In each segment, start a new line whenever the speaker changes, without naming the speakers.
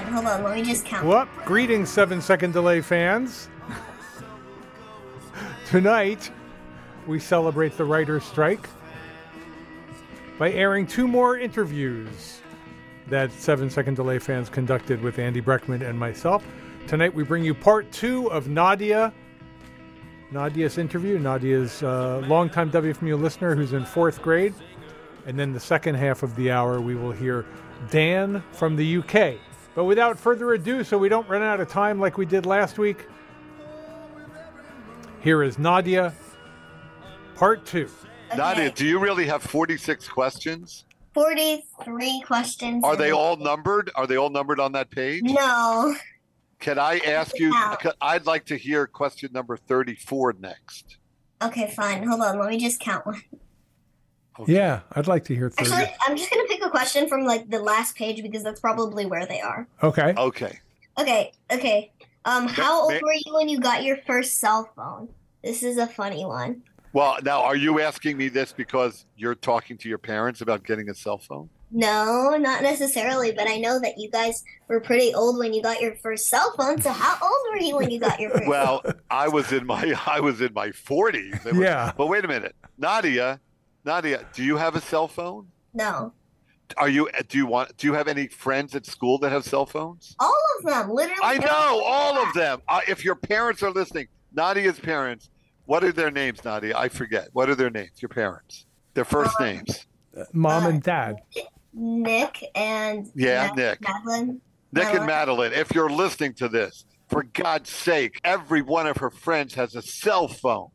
Hold on, let me just count.
Whoop. Greetings, seven second delay fans. Tonight, we celebrate the writer's strike by airing two more interviews that seven second delay fans conducted with Andy Breckman and myself. Tonight, we bring you part two of Nadia. Nadia's interview. Nadia's uh, longtime WFMU listener who's in fourth grade. And then the second half of the hour, we will hear Dan from the UK. But without further ado, so we don't run out of time like we did last week, here is Nadia, part two.
Okay.
Nadia, do you really have 46 questions?
43 questions.
Are they all numbered? Are they all numbered on that page?
No.
Can I ask you?
No.
I'd like to hear question number 34 next.
Okay, fine. Hold on, let me just count one.
Yeah, I'd like to hear
Actually, I'm just gonna pick a question from like the last page because that's probably where they are.
Okay.
Okay.
Okay, okay. Um, how
ma-
old were you when you got your first cell phone? This is a funny one.
Well, now, are you asking me this because you're talking to your parents about getting a cell phone?
No, not necessarily, but I know that you guys were pretty old when you got your first cell phone. So how old were you when you got your first?
Well, I was in my I was in my 40s. It was-
Yeah.
But wait a minute, Nadia, Nadia, do you have a cell phone?
no,
Are you do you want do you have any friends at school that have cell phones?
all of them, literally.
I
every-
know all of them. Uh, if your parents are listening, Nadia's parents, what are their names, Nadia? I forget. What are their names? Your parents. Their first names.
Mom and dad.
Nick and
Yeah,
Ma-
Nick.
Madeline.
Nick and
Madeline.
Madeline, if you're listening to this, for God's sake, every one of her friends has a cell phone.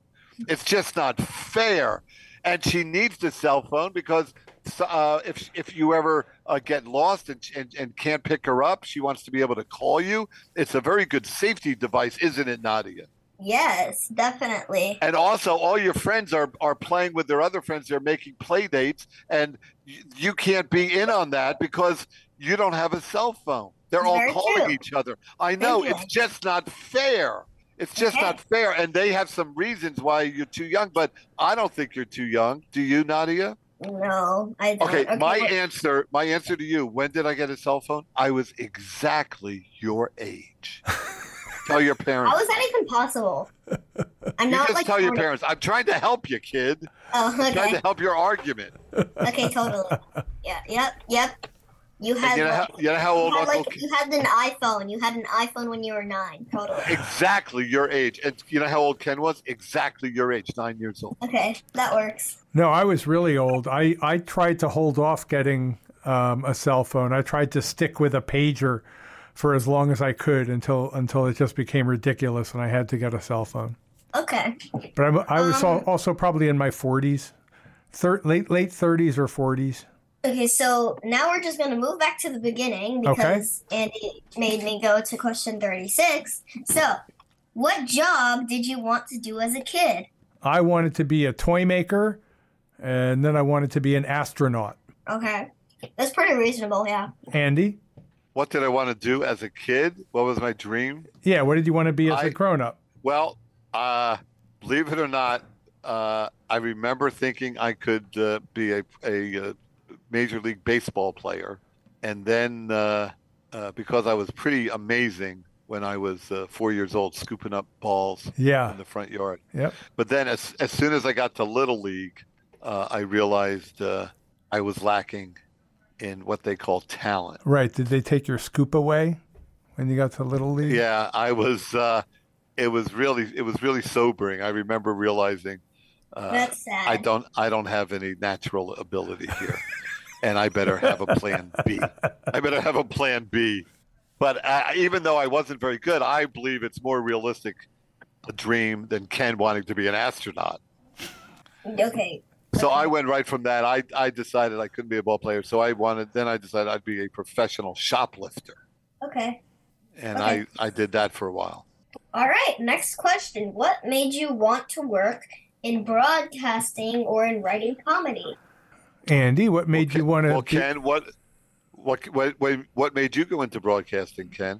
It's just not fair. And she needs the cell phone because uh, if, if you ever uh, get lost and, and, and can't pick her up, she wants to be able to call you. It's a very good safety device, isn't it, Nadia?
Yes, definitely.
And also, all your friends are, are playing with their other friends. They're making play dates, and you, you can't be in on that because you don't have a cell phone. They're all
Very
calling
true.
each other. I know
Thank you.
it's just not fair. It's just
Okay.
not fair. And they have some reasons why you're too young, but I don't think you're too young. Do you, Nadia?
No, I don't.
Okay, my
wait.
answer, my answer to you, when did I get a cell phone? I was exactly your age. Tell your parents.
How is that even possible? I'm
you
not
just
like
tell your
40.
parents. I'm trying to help you, kid.
Oh,
trying
okay,
to help your argument.
okay, totally. Yeah, yep, yep. You
And
had
you, know how,
like,
you know how
you
old
had,
Uncle
like you had an iPhone. You had an iPhone when you were nine. Totally.
exactly your age, and you know how old Ken was exactly your age, nine years old.
Okay, that works.
No, I was really old. I, I tried to hold off getting um, a cell phone. I tried to stick with a pager for as long as I could until until it just became ridiculous and I had to get a cell phone.
Okay.
But I'm, I was al- also probably in my 40s, thir- late late 30s or 40s.
Okay, so now we're just going to move back to the beginning
Okay.
because Andy made me go to question 36. So, what job did you want to do as a kid?
I wanted to be a toy maker, and then I wanted to be an astronaut.
Okay. That's pretty reasonable, yeah.
Andy,
What did I want to do as a kid? What was my dream?
yeah, what did you want to be as a
I-
grown up?
Well, uh, believe it or not, uh, I remember thinking I could uh, be a, a, uh major league baseball player, and then uh, uh, because I was pretty amazing when I was uh, four years old, scooping up balls
Yeah,
in the front yard.
yep.
But then, as as soon as I got to little league, uh, I realized uh, I was lacking in what they call talent.
Right. Did they take your scoop away when you got to Little League?
Yeah, I was. Uh, it was really it was really sobering. I remember realizing uh,
That's sad.
I don't I don't have any natural ability here, and I better have a plan B. I better have a plan B. But I, even though I wasn't very good, I believe it's more realistic a dream than Ken wanting to be an astronaut.
Okay.
So I went right from that. I, I decided I couldn't be a ball player. So I wanted, then I decided I'd be a professional shoplifter.
Okay.
And
Okay.
I, I did that for a while.
All right, next question. What made you want to work in broadcasting or in writing comedy?
Andy, what made you want to?
Well, Ken, what, what, what, what- what made you go into broadcasting, Ken?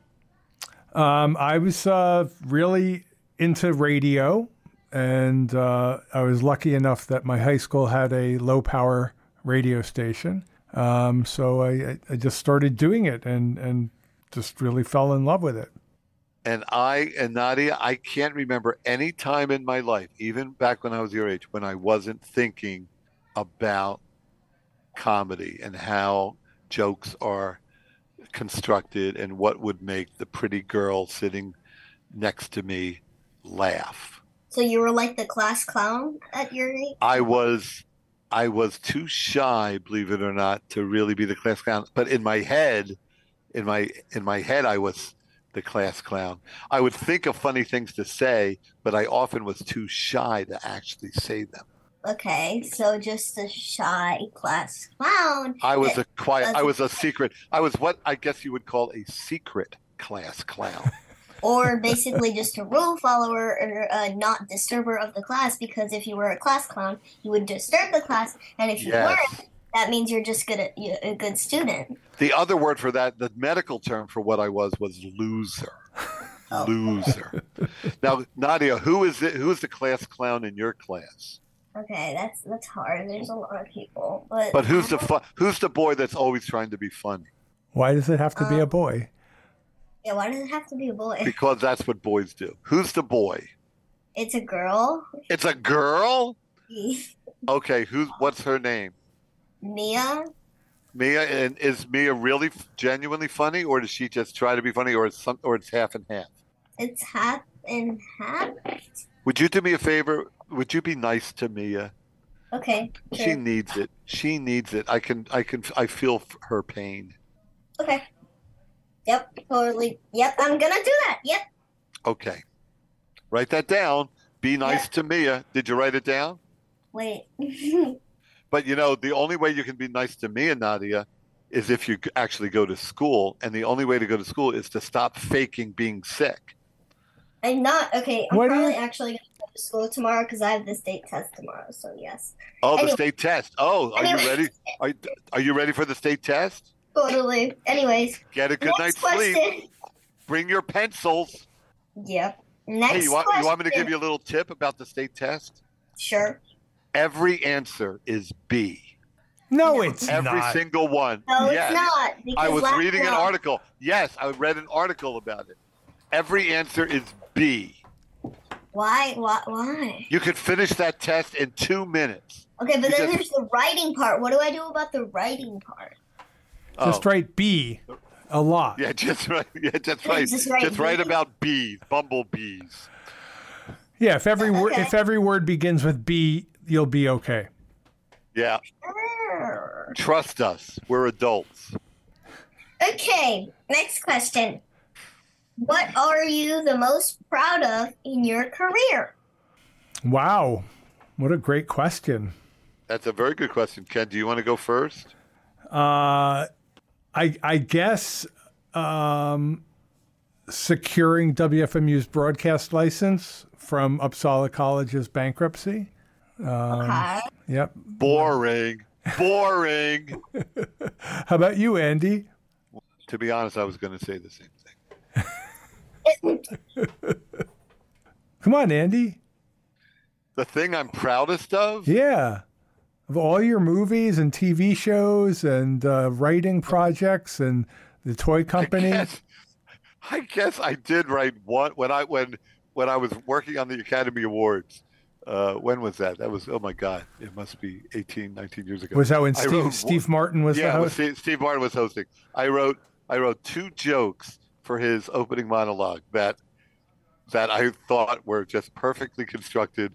Um, I was uh, really into radio, and uh, I was lucky enough that my high school had a low power radio station. Um, so I, I- I just started doing it and, and just really fell in love with it.
And I and Nadia, I can't remember any time in my life, even back when I was your age, when I wasn't thinking about comedy and how jokes are constructed and what would make the pretty girl sitting next to me laugh.
So you were like the class clown at your age?
I was I was too shy, believe it or not, to really be the class clown. But in my head, in my in my head I was the class clown. I would think of funny things to say, but I often was too shy to actually say them.
Okay, so just a shy class clown.
I was
that
a quiet I
doesn't-
was a secret I was what I guess you would call a secret class clown.
or basically just a rule follower or a not disturber of the class because if you were a class clown, you would disturb the class, and if you weren't,
Yes.
that means you're just good at, you a good student.
The other word for that, the medical term for what I was was loser.
Oh.
Loser. now, Nadia, who is it? Who is the class clown in your class?
Okay, that's that's hard. There's a lot of people, but
But who's the fu- who's the boy that's always trying to be funny?
Why does it have to
Uh,
be a
Um,
boy?
yeah? Why does it have to be a boy?
Because that's what boys do. Who's the boy?
It's a girl.
It's a girl. Okay, who's what's her name?
Mia.
Mia, and is Mia really f- genuinely funny, or does she just try to be funny, or it's some, or it's half and half?
It's half and half.
Would you do me a favor? Would you be nice to Mia?
Okay.
She
sure.
needs it. She needs it. I can. I can. I feel f- her pain.
Okay. Yep. Totally. Yep. I'm gonna do that. Yep.
Okay. Write that down. Be nice to Mia. Did you write it down?
Wait.
But you know, the only way you can be nice to Mia, Nadia, is if you g- actually go to school. And the only way to go to school is to stop faking being sick.
I'm not okay. I'm
What do you-
probably actually gonna go to school tomorrow because I have the state test tomorrow. So yes.
Oh, the
Anyway.
state test. Oh, are
Anyway.
you ready? Are, are you ready for the state test?
Totally. Anyways.
Get a good
next
night's
question.
sleep. Bring your pencils.
Yep. Next
hey, you want,
question.
you want me to give you a little tip about the state test?
Sure.
Every answer is B.
No,
no.
it's
Every
not.
single one.
No,
Yes.
it's not. Because
I was
last
reading an
night-
article. Yes, I read an article about it. Every answer is B.
Why? Why? Why?
You could finish that test in two minutes.
Okay, but then
Because-
there's the writing part. What do I do about the writing part?
Just
Oh,
write B a lot.
Yeah, just right. Yeah, just right.
Just
Just
right.
right, about bees, bumblebees.
Yeah, if every word
Okay.
if every word begins with B, you'll be okay.
Yeah,
Err.
trust us. We're adults.
Okay, next question. What are you the most proud of in your career?
Wow. What a great question.
That's a very good question, Ken. Do you want to go first?
Uh I I guess um securing WFMU's broadcast license from Uppsala College's bankruptcy.
okay.
Yep.
Boring. Boring.
How about you, Andy?
to be honest, I was going to say the same thing.
Come on, Andy.
The thing I'm proudest of.
Yeah. Of all your movies and TV shows and uh, writing projects and the toy company.
Yes. I guess I did write one when I when when I was working on the Academy Awards. Uh, when was that? That was oh my god! It must be 18, 19 years ago.
Was that when
I wrote
Steve, Steve Martin was the
yeah, it was
host?
Steve, Steve Martin was hosting. I wrote I wrote two jokes for his opening monologue that that I thought were just perfectly constructed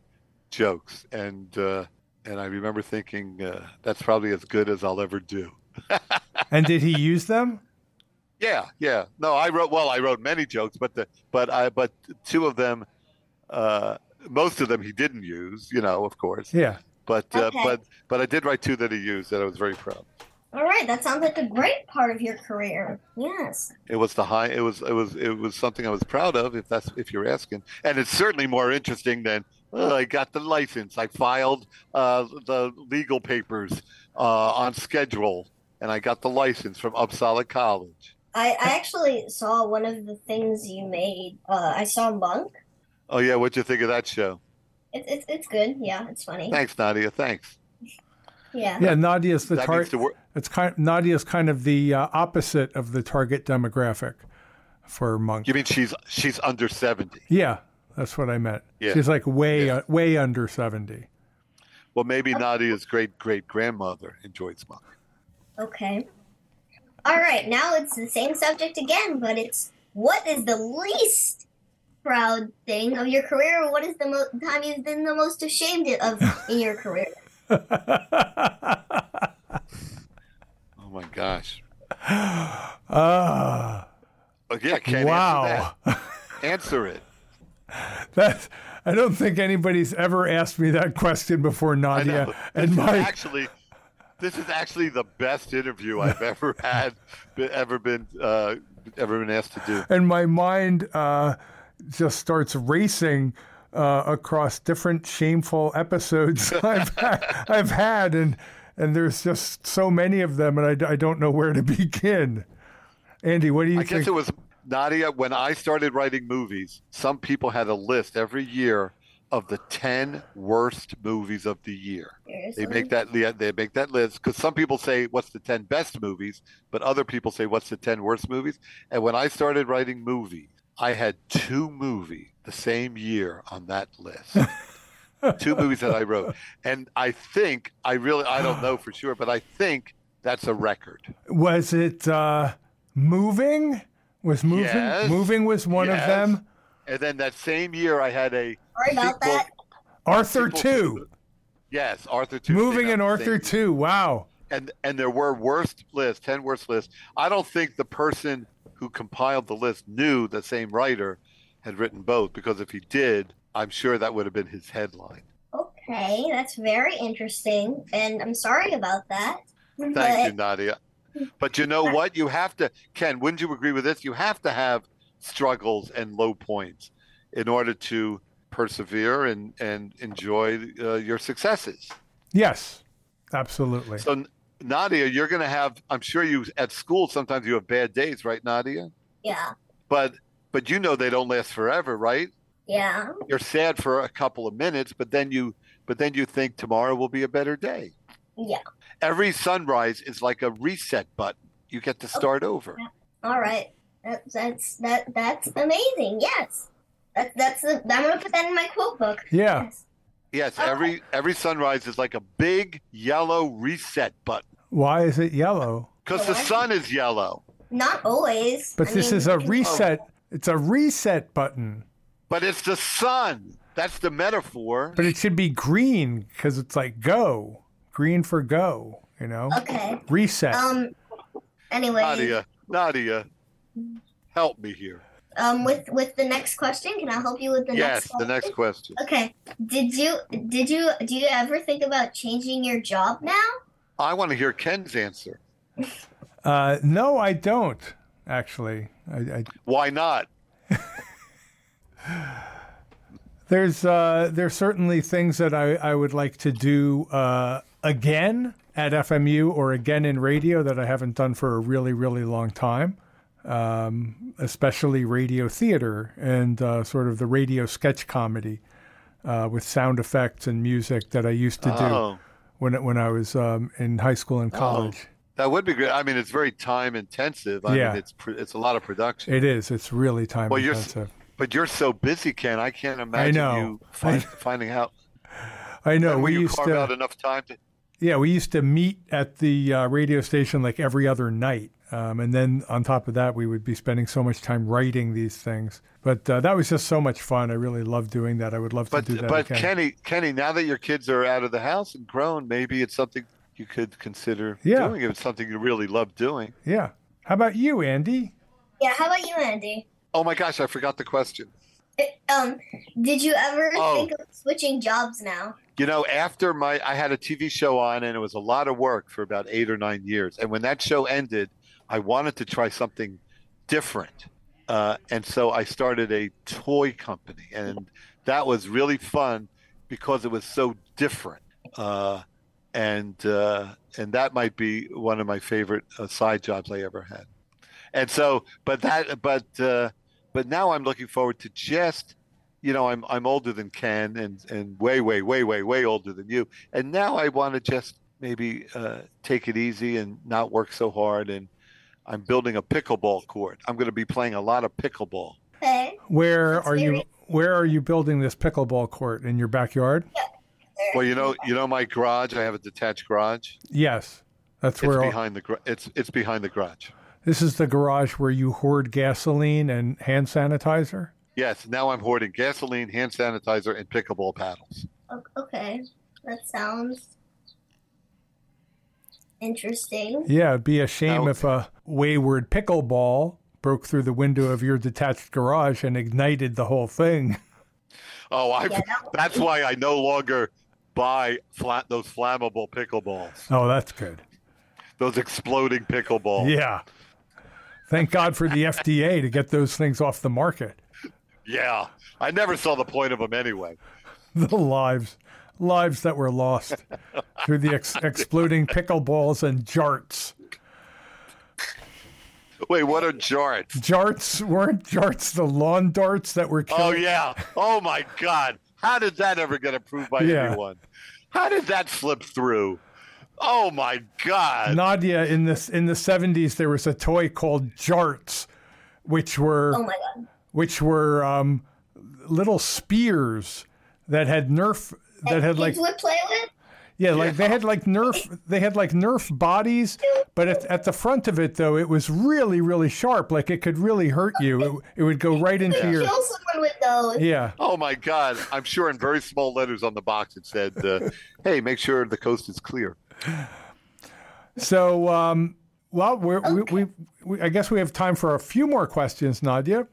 jokes, and uh, and I remember thinking uh, that's probably as good as I'll ever do.
and did he use them?
Yeah, yeah. No, I wrote well. I wrote many jokes, but the but I but two of them, uh, most of them he didn't use. You know, of course.
Yeah.
But uh,
Okay.
but but I did write two that he used that I was very proud. of.
All right, that sounds like a great part of your career. Yes.
It was the high. It was it was it was something I was proud of. If that's if you're asking, and it's certainly more interesting than well, I got the license. I filed uh, the legal papers uh, on schedule, and I got the license from Uppsala College.
I, I actually saw one of the things you made. Uh, I saw Monk.
Oh yeah, what'd you think of that show?
It's it's it's good. Yeah, it's funny.
Thanks, Nadia. Thanks.
Yeah.
Yeah, Nadia's the
That means
target.
the wor-
it's kind. Nadia's kind of the uh, opposite of the target demographic for monk.
You mean she's she's under seventy?
yeah, that's what I meant.
Yeah.
She's like way uh, way under seventy.
Well, maybe Nadia's great great grandmother enjoyed smoking.
Okay. All right, now it's the same subject again, but it's what is the least proud thing of your career, or what is the mo- time you've been the most ashamed of in your career?
Oh my gosh!
Ah,
Oh, yeah, can't
wow.
answer that. Answer it.
That I don't think anybody's ever asked me that question before,
I know.
Nadia. And
uh, This is
my
actually, this is actually the best interview I've ever had, be- ever been, uh, ever been asked to do.
and my mind uh, just starts racing uh, across different shameful episodes I've had, I've had, and and there's just so many of them, and I d- I, don't know where to begin. Andy, what do you
I
think?
guess it was Nadia. When I started writing movies, some people had a list every year of the ten worst movies of the year. They make that yeah, they make that list because some people say what's the ten best movies, but other people say what's the ten worst movies. And when I started writing movies, I had two movies the same year on that list. two movies that I wrote, and I think I really I don't know for sure, but I think that's a record.
was it uh, moving? Was moving
Yes.
moving was one
Yes.
of them.
And then that same year, I had a
Sorry about
sequel-
that.
Arthur
sequel
two,
to- Yes, Arthur two.
moving
came out
and
the
Arthur
same
two. Wow.
and and there were worst lists, ten worst lists. I don't think the person who compiled the list knew the same writer had written both, because if he did, I'm sure that would have been his headline.
Okay, that's very interesting, and I'm sorry about that.
Thank you,
but
Nadia. But you know what? You have to, Ken. Wouldn't you agree with this? You have to have struggles and low points in order to persevere and and enjoy uh, your successes.
Yes, absolutely.
So. Nadia, you're going to have. I'm sure you at school sometimes you have bad days, right, Nadia?
Yeah,
but but you know they don't last forever right
yeah,
you're sad for a couple of minutes but then you but then you think tomorrow will be a better day
yeah.
every sunrise is like a reset button you get to start over
All right, that, that's that that's amazing. Yes, that, that's the, I'm gonna put that in my quote book.
yeah.
Yes.
yes every every sunrise is like a big yellow reset button
Why is it yellow?
because the
Yeah.
sun is yellow
Not always.
But
I
this
mean,
is a
you can-
reset.
Oh.
It's a reset button.
but it's the sun that's the metaphor
But it should be green because it's like go. Green for go, you know?
Okay.
Reset.
Um. Anyway,
nadia nadia help me here
um, with with the next question, can I help you with the
yes
next? question?
the next question
Okay. Did you did you do you ever think about changing your job now?
i want to hear ken's answer
uh, no, I don't, actually. I, I,
why not
there's, uh, there's certainly things that I, I would like to do uh, again at FMU or again in radio that I haven't done for a really, really long time. Um, especially radio theater and uh, sort of the radio sketch comedy uh, with sound effects and music that I used to do.
oh
when when I was um, in high school and college.
That would be great. I mean, it's very time intensive. I
Yeah.
mean, it's pr- it's a lot of production.
It is. It's really time
Well, you're-
intensive.
But you're so busy, Ken. I can't imagine
know.
you find,
I-
finding out.
I know.
Will
We
you
used
carve
to.
out enough time to?
yeah, we used to meet at the uh, radio station like every other night. Um, and then on top of that, we would be spending so much time writing these things. But uh, that was just so much fun. I really love doing that. I would love
But
to do that
but
again.
Kenny, Kenny, now that your kids are out of the house and grown, maybe it's something you could consider
Yeah.
doing. If it's something you really love doing.
yeah. How about you, Andy?
Yeah. How about you, Andy?
Oh my gosh, I forgot the question.
Um, did you ever
Oh.
think of switching jobs now?
You know, after my, I had a TV show on and it was a lot of work for about eight or nine years. And when that show ended, I wanted to try something different. Uh, and so I started a toy company. And that was really fun because it was so different. Uh, and, uh, and that might be one of my favorite uh, side jobs I ever had. And so, but that, but, uh, but now I'm looking forward to just you know, I'm I'm older than Ken and and way way way way way older than you, and now I want to just maybe uh, take it easy and not work so hard. And I'm building a pickleball court. I'm going to be playing a lot of pickleball.
Okay.
Where
That's
are you?
very-
Where are you building this pickleball court in your backyard?
Well, you know, you know my garage. I have a detached garage.
Yes, that's
It's
where. all-
behind the gra- it's it's behind the garage.
this is the garage where you hoard gasoline and hand sanitizer.
Yes, now I'm hoarding gasoline, hand sanitizer, and pickleball paddles.
O- Okay. That sounds interesting.
Yeah, it'd be a shame
Now-
if a wayward pickleball broke through the window of your detached garage and ignited the whole thing.
Oh, I.
Yeah, that would
That's
be-
why I no longer buy flat those flammable pickleballs,
Oh, that's good.
those exploding pickleballs.
Yeah. Thank God for the FDA to get those things off the market.
Yeah. I never saw the point of them anyway.
The lives, lives that were lost through the ex- exploding pickleballs and jarts.
Wait, what are jarts?
Jarts weren't jarts the lawn darts that were killed.
Oh yeah. Oh my God. How did that ever get approved by
Yeah.
anyone? How did that slip through? Oh my God.
Nadia in this in the seventies there was a toy called jarts, which were
Oh my god.
which were um, little spears that had nerf that had
Kids
like
would play with?
yeah like they had like nerf they had like nerf bodies but at, at the front of it though it was really really sharp like it could really hurt you it, it would go right into your
Kill someone with those.
yeah
Oh my God. I'm sure in very small letters on the box it said, uh, "Hey, make sure the coast is clear."
so um well we're, we, we we i guess we have time for a few more questions nadia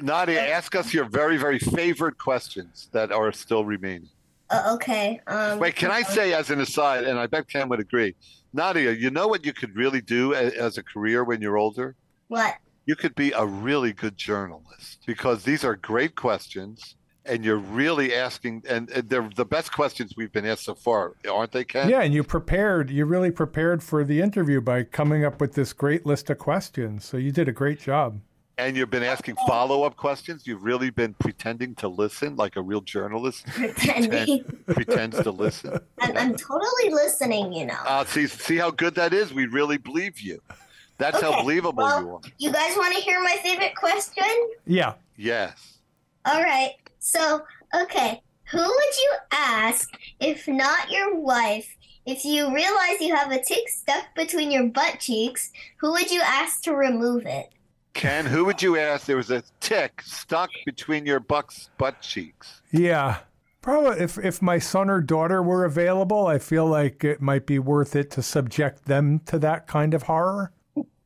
Nadia, ask us your very, very favorite questions that are still remaining.
Uh, okay. Um,
Wait, can I say as an aside, and I bet Ken would agree, Nadia, you know what you could really do as, as a career when you're older?
What?
You could be a really good journalist because these are great questions, and you're really asking, and, and they're the best questions we've been asked so far, aren't they, Ken?
yeah and you prepared you really prepared for the interview by coming up with this great list of questions so you did a great job
And you've been asking follow-up questions. You've really been pretending to listen, like a real journalist
Pretending.
pretends to listen.
I'm, I'm totally listening, you know.
Uh, see, see how good that is. We really believe you. That's
Okay,
how believable
well-
you are.
You guys want to hear my favorite question?
yeah
Yes.
All right. So, okay. Who would you ask if not your wife? If you realize you have a tick stuck between your butt cheeks, who would you ask to remove it?
Ken, who would you ask? There was a tick stuck between your buck's butt cheeks.
Yeah. Probably if, if my son or daughter were available, I feel like it might be worth it to subject them to that kind of horror.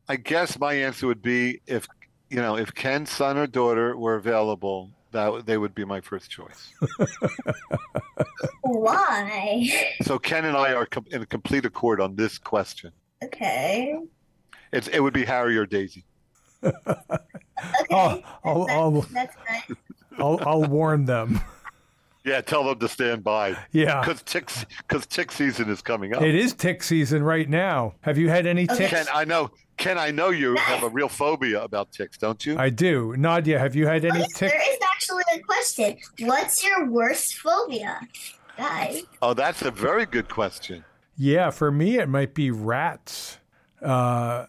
I guess my answer would be if you know if Ken's son or daughter were available, that they would be my first choice.
Why?
so Ken and I are com- in complete accord on this question.
Okay.
It's, it would be Harry or Daisy.
Okay.
Oh, I'll, I'll,
That's, that's nice.
I'll, I'll warn them.
Yeah, tell them to stand by
Yeah.
because tick because tick season is coming up.
It is tick season right now. Have you had any
Okay.
ticks?
Ken, I know. Ken, I know you have a real phobia about ticks, don't you?
I do. Nadia, have you had any
Wait,
ticks?
There is actually a question. What's your worst phobia? Guys,
oh, that's a very good question.
Yeah, for me, it might be rats. Uh,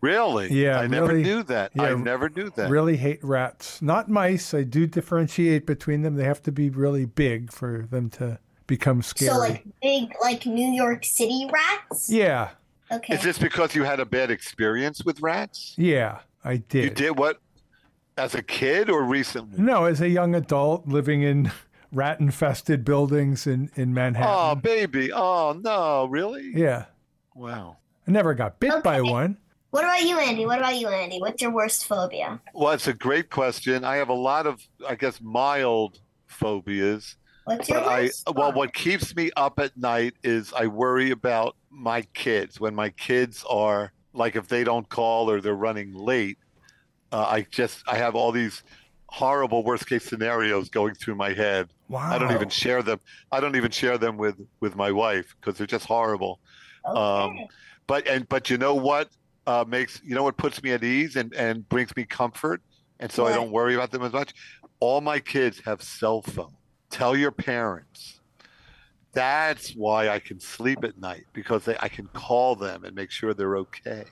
Really?
Yeah,
I never
really.
knew that. I
Yeah,
never knew that.
really hate rats. Not mice. I do differentiate between them. They have to be really big for them to become scary.
so like big, like New York City rats.
yeah.
Okay.
Is this because you had a bad experience with rats?
Yeah, I did.
You did what as a kid or recently?
No, as a young adult living in rat infested buildings in, in
Oh,
Manhattan.
baby. Oh, no. Really?
yeah.
Wow.
I never got bit by
Okay.
one.
What about you, Andy? What about you, Andy? What's your worst phobia?
Well, it's a great question. I have a lot of, I guess, mild phobias.
What's your
But I,
worst?
well,
phobia?
what keeps me up at night is I worry about my kids. When my kids are, like, if they don't call or they're running late, uh, I just, I have all these horrible worst case scenarios going through my head.
Wow.
I don't even share them. I don't even share them with with my wife because they're just horrible.
Okay.
um, But and but you know what uh, makes you know what puts me at ease and and brings me comfort, and so I
What?
don't worry about them as much. All my kids have cell phone. Tell your parents. That's why I can sleep at night because they, I can call them and make sure they're okay.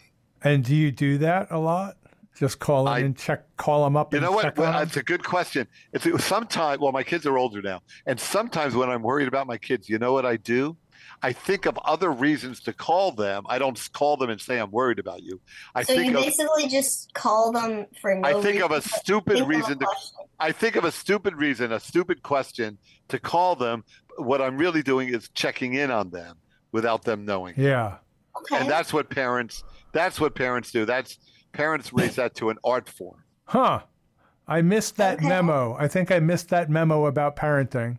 And do you do that a lot? Just call in
I-
and check, call them up.
You
and
know what?
check on
Well,
'em?
It's a good question. It's sometimes. Well, my kids are older now, and sometimes when I'm worried about my kids, you know what I do? I think of other reasons to call them. I don't s- call them and say I'm worried about you. I
so you
think of
basically just call them for no
I think
reason.
of a stupid
Think of a
reason to
question.
I think of a stupid reason, a stupid question to call them. What I'm really doing is checking in on them without them knowing.
Yeah.
Okay.
And that's what parents that's what parents do. That's parents raise that to an art form.
Huh. I missed that
Okay.
memo. I think I missed that memo about parenting.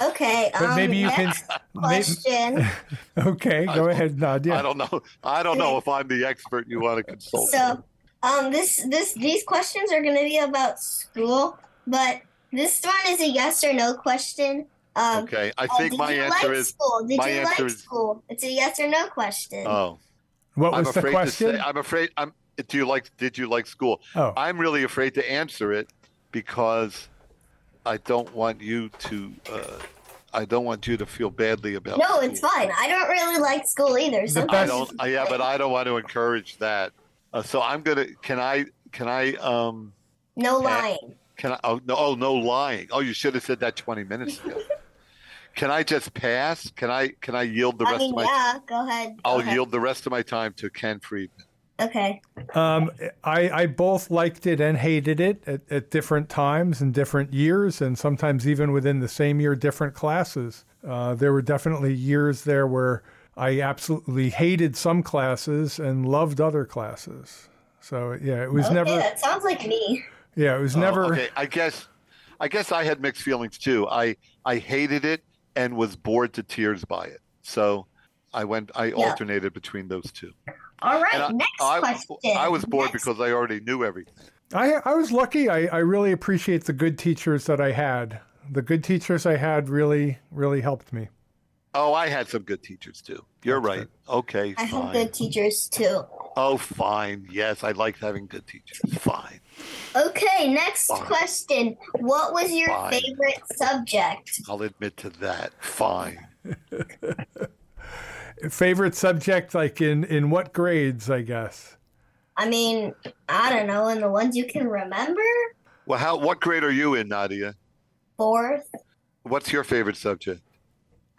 okay.
But
um,
maybe you can.
next
may-
Question.
okay, go ahead, Nadia.
I don't know. I don't know if I'm the expert you want to consult.
So, um, this this these questions are going to be about school, but this one is a yes or no question. Um,
okay. I
uh,
think
did
my
you
answer
like
is
school? Did
my
you
answer
like
is-
school? It's a yes or no question.
oh.
what
I'm
was the
afraid to
question?
say I'm afraid I'm do you like did you like school?
oh,
I'm really afraid to answer it because I don't want you to. Uh, I don't want you to feel badly about.
no, it's
school.
fine. I don't really like school either.
The
Sometimes
I
best-
don't. uh, Yeah, but I don't want to encourage that. Uh, so I'm gonna. Can I? Can I? Um.
no
Yeah.
lying.
Can I? Oh no! Oh no! Lying. Oh, you should have said that 20 minutes ago. can I just pass? Can I? Can I yield the
I
rest
mean,
of my?
yeah. Go ahead.
I'll
okay.
yield the rest of my time to Ken Friedman.
Okay.
um, I, I both liked it and hated it at, at different times and different years, and sometimes even within the same year, different classes. Uh, there were definitely years there where I absolutely hated some classes and loved other classes. So yeah, it was
Okay,
never.
that sounds like me.
Yeah, it was
Oh,
never.
okay, I guess, I guess I had mixed feelings too. I I hated it and was bored to tears by it. So I went. I alternated between those two.
All right.
And I-
next
I,
question.
I was bored
Next-
because I already knew everything.
I I was lucky. I, I really appreciate the good teachers that I had. The good teachers I had really really helped me.
Oh, I had some good teachers too. You're
That's
right. Okay,
I have
fine.
good teachers too.
Oh, fine. Yes, I liked having good teachers. Fine.
Okay, next
Fine.
question. What was your
Fine.
favorite subject?
I'll admit to that. Fine.
Favorite subject like in in what grades? I guess
I mean, I don't know, and the ones you can remember?
Well, how? What grade are you in, Nadia?
Fourth?
What's your favorite subject?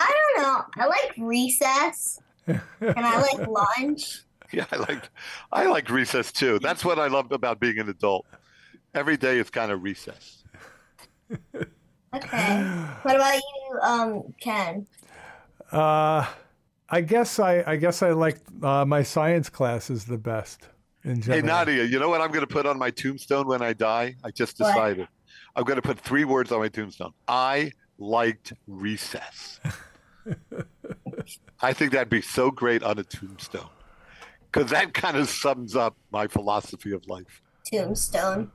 I don't know. I like recess and I like lunch.
Yeah, I liked I liked recess too. That's what I loved about being an adult. Every day is kind of recess.
Okay. What about you, um, Ken?
uh, I guess I I guess I liked uh, my science classes the best in
Hey
general.
Nadia, you know what I'm going to put on my tombstone when I die? I just
What?
decided. I'm going to put three words on my tombstone. I liked recess. I think that'd be so great on a tombstone. Cuz that kind of sums up my philosophy of life.
Tombstone.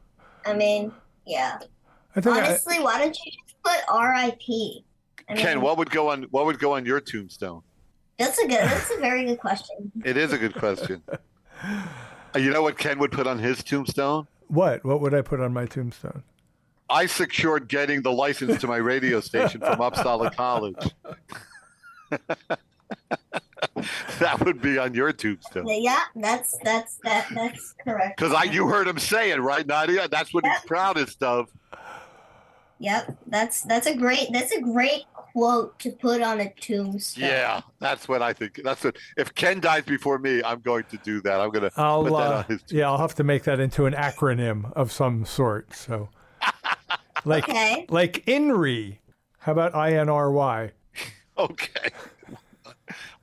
I mean, yeah.
I think I,
Honestly, why don't you just put R.I.P.? I mean,
Ken, what would go on what would go on your tombstone?
That's a good. That's a very good question.
It is a good question. Uh, you know what Ken would put on his tombstone?
what what would I put on my tombstone?
I secured getting the license to my radio station from Uppsala College. that would be on your tombstone.
But yeah, that's that's that that's correct.
Because I, you heard him say it, right, Nadia? That's what he's proudest of.
Yep, that's that's a great that's a great quote to put on a tombstone.
Yeah, that's what I think. That's what. If Ken dies before me, I'm going to do that. I'm going to
I'll
put that
uh,
on his.
yeah I'll have to make that into an acronym of some sort. So like
Okay.
like INRI. How about I N R Y?
Okay.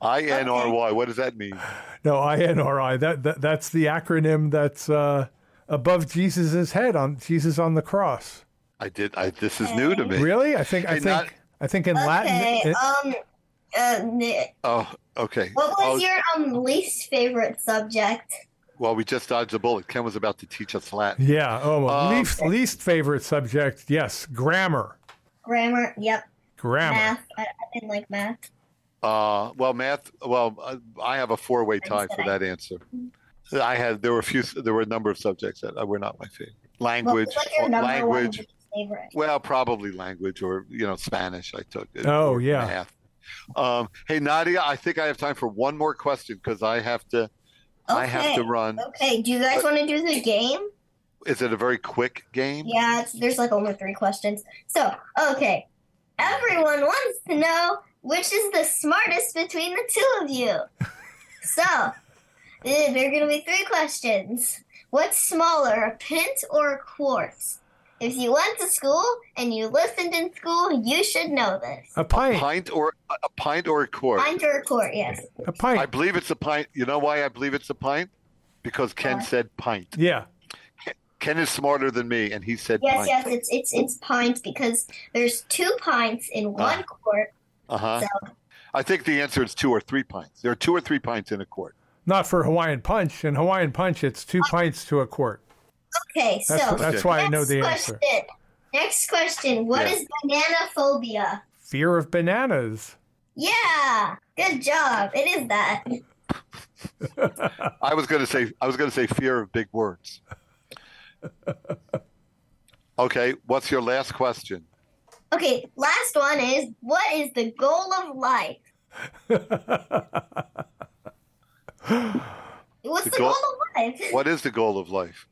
I N R Y. What does that mean?
No, INRI. That, that that's the acronym that's uh, above Jesus's head on Jesus on the cross.
I did. I. This is new to me.
Really? I think I
Hey,
think
not-
I think in
Okay.
Latin.
Um. Uh, n-
Oh, okay.
what was
oh,
your um least favorite subject?
Well, we just dodged a bullet. Ken was about to teach us Latin.
yeah. Oh, well,
Um,
least least favorite subject. Yes, grammar.
Grammar. Yep.
Grammar.
Math. I, I didn't like math.
Uh, well, math. Well, uh, I have a four-way tie for that answer. I had there were a few. There were a number of subjects that uh, were not my favorite.
What
Language,
was your number
language.
one favorite?
Well, probably language or you know Spanish. I took.
Oh,
or
yeah.
math. Um, hey, Nadia, I think I have time for one more question because I have to. I have
Okay.
to run.
Okay, do you guys want to do the game?
Is it a very quick game?
Yeah, it's, there's like only three questions. So, okay. Everyone wants to know which is the smartest between the two of you. So, eh, there are going to be three questions. What's smaller, a pint or a quart? If you went to school and you listened in school, you should know this.
A pint.
Pint or uh, a pint or a quart?
Pint or a quart, yes.
A
I
pint.
believe it's a pint. You know why I believe it's a pint? Because Ken
Why?
said pint.
Yeah.
Ken is smarter than me, and he said
Yes,
pint.
yes, it's it's it's pint because there's two pints in one quart.
Uh huh.
So-
I think the answer is two or three pints. There are two or three pints in a quart.
Not for Hawaiian punch. In Hawaiian punch, it's two pints to a quart.
Okay, so
That's, that's why I know
Next
the
question.
answer.
Next question. What
Yeah.
is banana phobia?
Fear of bananas.
Yeah. Good job. It is that.
I was going to say I was going to say fear of big words. okay, what's your last question?
Okay, last one is what is the goal of life? What's
The
the, goal,
goal-
of life?
What is the goal of life?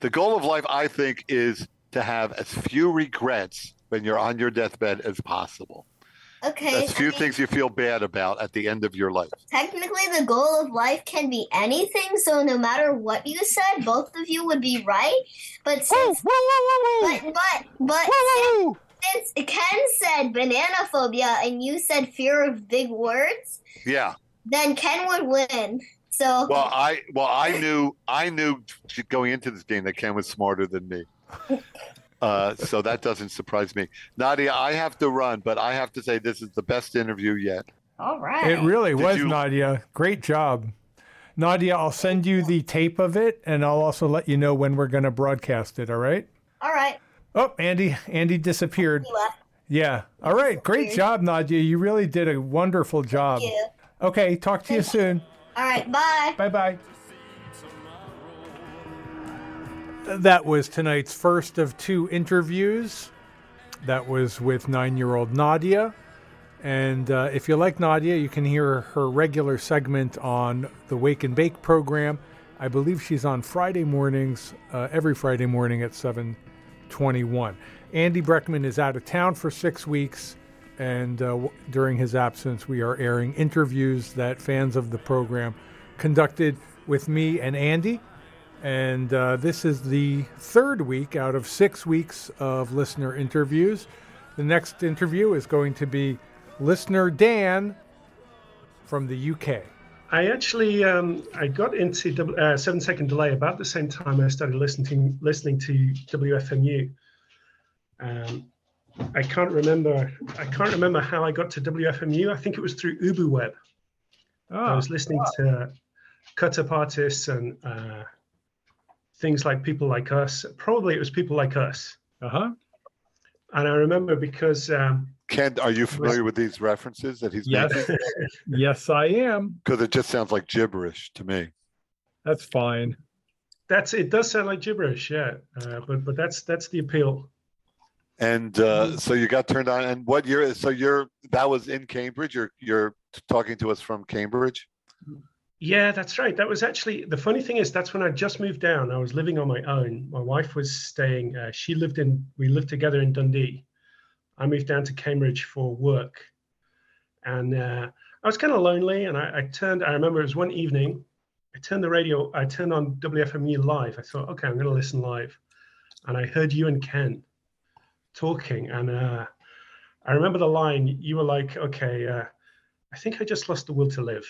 The goal of life, I think, is to have as few regrets when you're on your deathbed as possible.
Okay.
As few
I mean,
things you feel bad about at the end of your life.
Technically the goal of life can be anything, so no matter what you said, both of you would be right. But since but but but since Ken said banana phobia and you said fear of big words,
Yeah.
then Ken would win. So
Well, I well I knew I knew going into this game that Ken was smarter than me. Uh, so that doesn't surprise me. Nadia, I have to run, but I have to say this is the best interview yet.
all right.
It really
Did
was,
you-
Nadia. Great job. Nadia, I'll send you the tape of it, and I'll also let you know when we're going to broadcast it, all right?
all right.
Oh, Andy, Andy disappeared.
You left.
Yeah. All right. Great job, Nadia. You really did a wonderful job.
you.
Okay. Talk to you soon.
All right. Bye.
Bye bye. That was tonight's first of two interviews. That was with nine year old Nadia. And uh, if you like Nadia, you can hear her regular segment on the Wake and Bake program. I believe she's on Friday mornings, uh, every Friday morning at 721. Andy Breckman is out of town for six weeks, and uh, w- during his absence, we are airing interviews that fans of the program conducted with me and Andy. And uh, this is the third week out of six weeks of listener interviews. The next interview is going to be listener Dan from the UK.
I actually um, I got into W- uh, Seven Second Delay about the same time I started listening to, listening to WFMU. Um, I can't remember I can't remember how I got to WFMU. I think it was through UbuWeb. I
Oh,
was listening to cut up artists and uh, things like people like us. Probably it was people like us.
uh-huh.
And I remember because um,
Ken, are you familiar with these references that he's making?
Yes. yes, I am.
Because it just sounds like gibberish to me.
That's fine.
that's it does sound like gibberish, yeah. Uh, but but that's that's the appeal.
And uh, so you got turned on. And what year? is So you're that was in Cambridge. You're you're talking to us from Cambridge.
Yeah, that's right. That was actually the funny thing is that's when I just moved down. I was living on my own. My wife was staying. Uh, she lived in. We lived together in Dundee. I moved down to Cambridge for work, and uh, I was kind of lonely. And I, I turned. I remember it was one evening. I turned the radio. I turned on WFMU live. I thought, okay, I'm going to listen live, and I heard you and Ken talking. And uh, I remember the line. You were like, okay, uh, I think I just lost the will to live.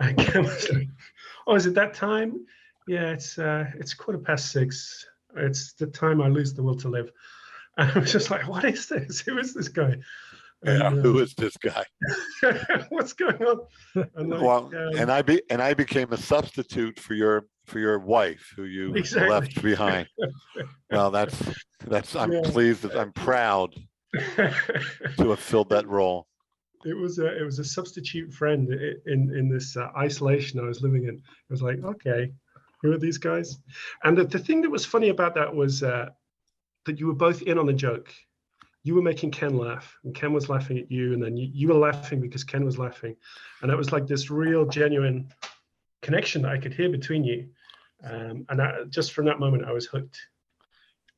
I was like, oh, is it that time? Yeah, it's uh, it's quarter past six. It's the time I lose the will to live. And I was just like, what is this? Who is this guy? And, uh,
Who is this guy?
what's going on? And like,
well,
um,
and I be and I became a substitute for your for your wife, who you
Exactly.
left behind. well, that's that's. I'm
Yeah.
pleased. that- I'm proud to have filled that role.
it was a it was a substitute friend i- in in this uh, isolation I was living in. It was like, okay, who are these guys? And the, the thing that was funny about that was uh, that you were both in on the joke. you were making Ken laugh, and Ken was laughing at you, and then you, you were laughing because Ken was laughing, and it was like this real genuine connection that I could hear between you, um, and I, just from that moment I was hooked.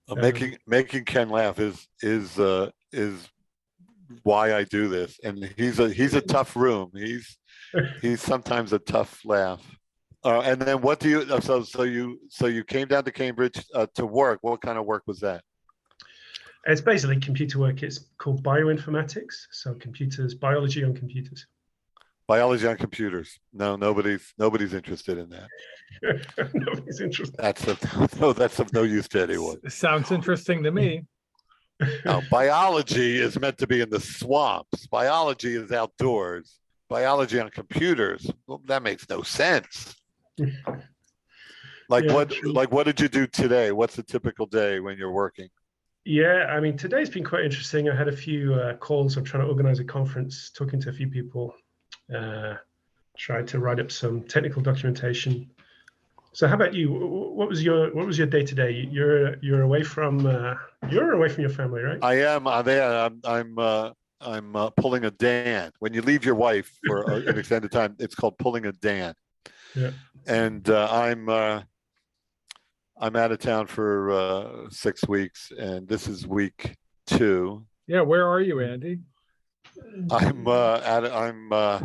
Uh, making making Ken laugh is is uh, is why I do this, and he's a he's a tough room. He's he's sometimes a tough laugh. Uh, and then what do you uh, so so you so you came down to Cambridge uh, to work? What kind of work was that?
It's basically computer work. It's called bioinformatics, so computers, biology on computers.
Biology on computers. No, nobody's nobody's interested in that.
Nobody's interested.
That's of no that's of no use to anyone.
S- Sounds interesting to me.
No, biology is meant to be in the swamps. Biology is outdoors. Biology on computers. Well, that makes no sense. Like
Yeah,
what?
true.
Like what did you do today? What's a typical day when you're working?
Yeah, I mean, today's been quite interesting. I had a few uh, calls. I'm trying to organize a conference, talking to a few people, uh, tried to write up some technical documentation. So, how about you? Wh- wh- What was your what was your day today? You're you're away from uh, you're away from your family, right?
I am uh, there. I'm I'm uh, I'm uh, pulling a Dan. When you leave your wife for a- an extended time, it's called pulling a Dan.
Yeah.
And uh, I'm uh, I'm out of town for uh, six weeks, and this is week two.
Yeah, where are you, Andy?
I'm uh, out. Of, I'm uh,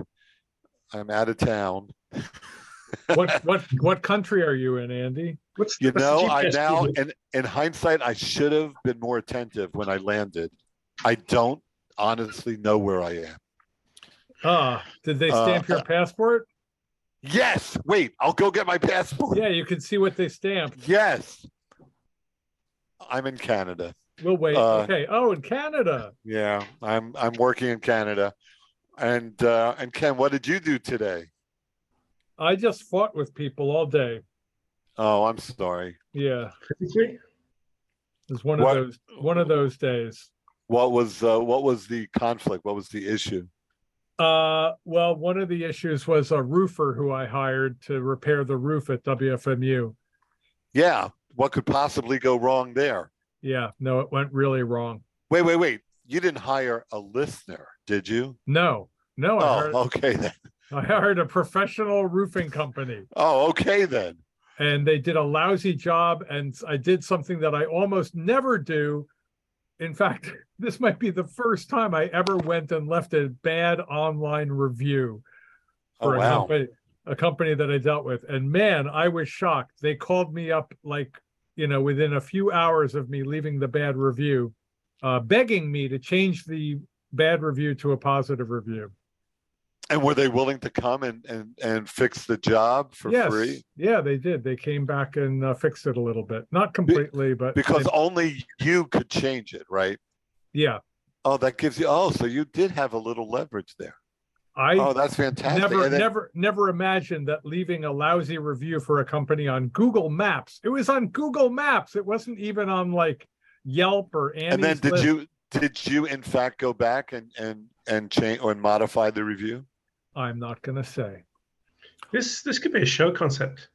I'm out of town.
What what what country are you in, Andy?
What's
You
what's the
know, I
GPS
now,
coordinate?
in, in hindsight, I should have been more attentive when I landed. I don't honestly know where I am.
Ah, did they stamp
Uh,
your passport?
Yes. Wait, I'll go get my passport.
Yeah, you can see what they stamped.
Yes. I'm in Canada.
We'll wait.
Uh,
okay. Oh, in Canada.
Yeah, I'm I'm working in Canada. And uh, and Ken, what did you do today?
I just fought with people all day.
Oh, I'm sorry.
Yeah.
Physically?
It was one of
What-
those one of those days.
What was uh, what was the conflict? What was the issue?
Uh, well, one of the issues was a roofer who I hired to repair the roof at WFMU.
Yeah, what could possibly go wrong there?
Yeah, no, it went really wrong.
Wait, wait, wait. You didn't hire a listener, did you?
No, no, I,
Oh,
hired,
okay then.
I hired a professional roofing company
Oh, okay then.
and they did a lousy job. And I did something that I almost never do. In fact, this might be the first time I ever went and left a bad online review
Oh,
for a,
wow.
company, a company that I dealt with. And man, I was shocked. They called me up like, you know, within a few hours of me leaving the bad review, uh, begging me to change the bad review to a positive review.
And were they willing to come and and and fix the job for free?
Yeah, they did. They came back and uh, fixed it a little bit. Not completely, but
Because
they-
only you could change it, right?
yeah,
Oh, that gives you. Oh, so you did have a little leverage there.
I
Oh, that's fantastic.
never,
And then-
never, never imagined that leaving a lousy review for a company on Google Maps. It was on Google Maps. It wasn't even on like Yelp or Annie's
and then did
List.
you did you in fact go back and and and change or modify the review?
I'm not gonna say.
This this could be a show concept.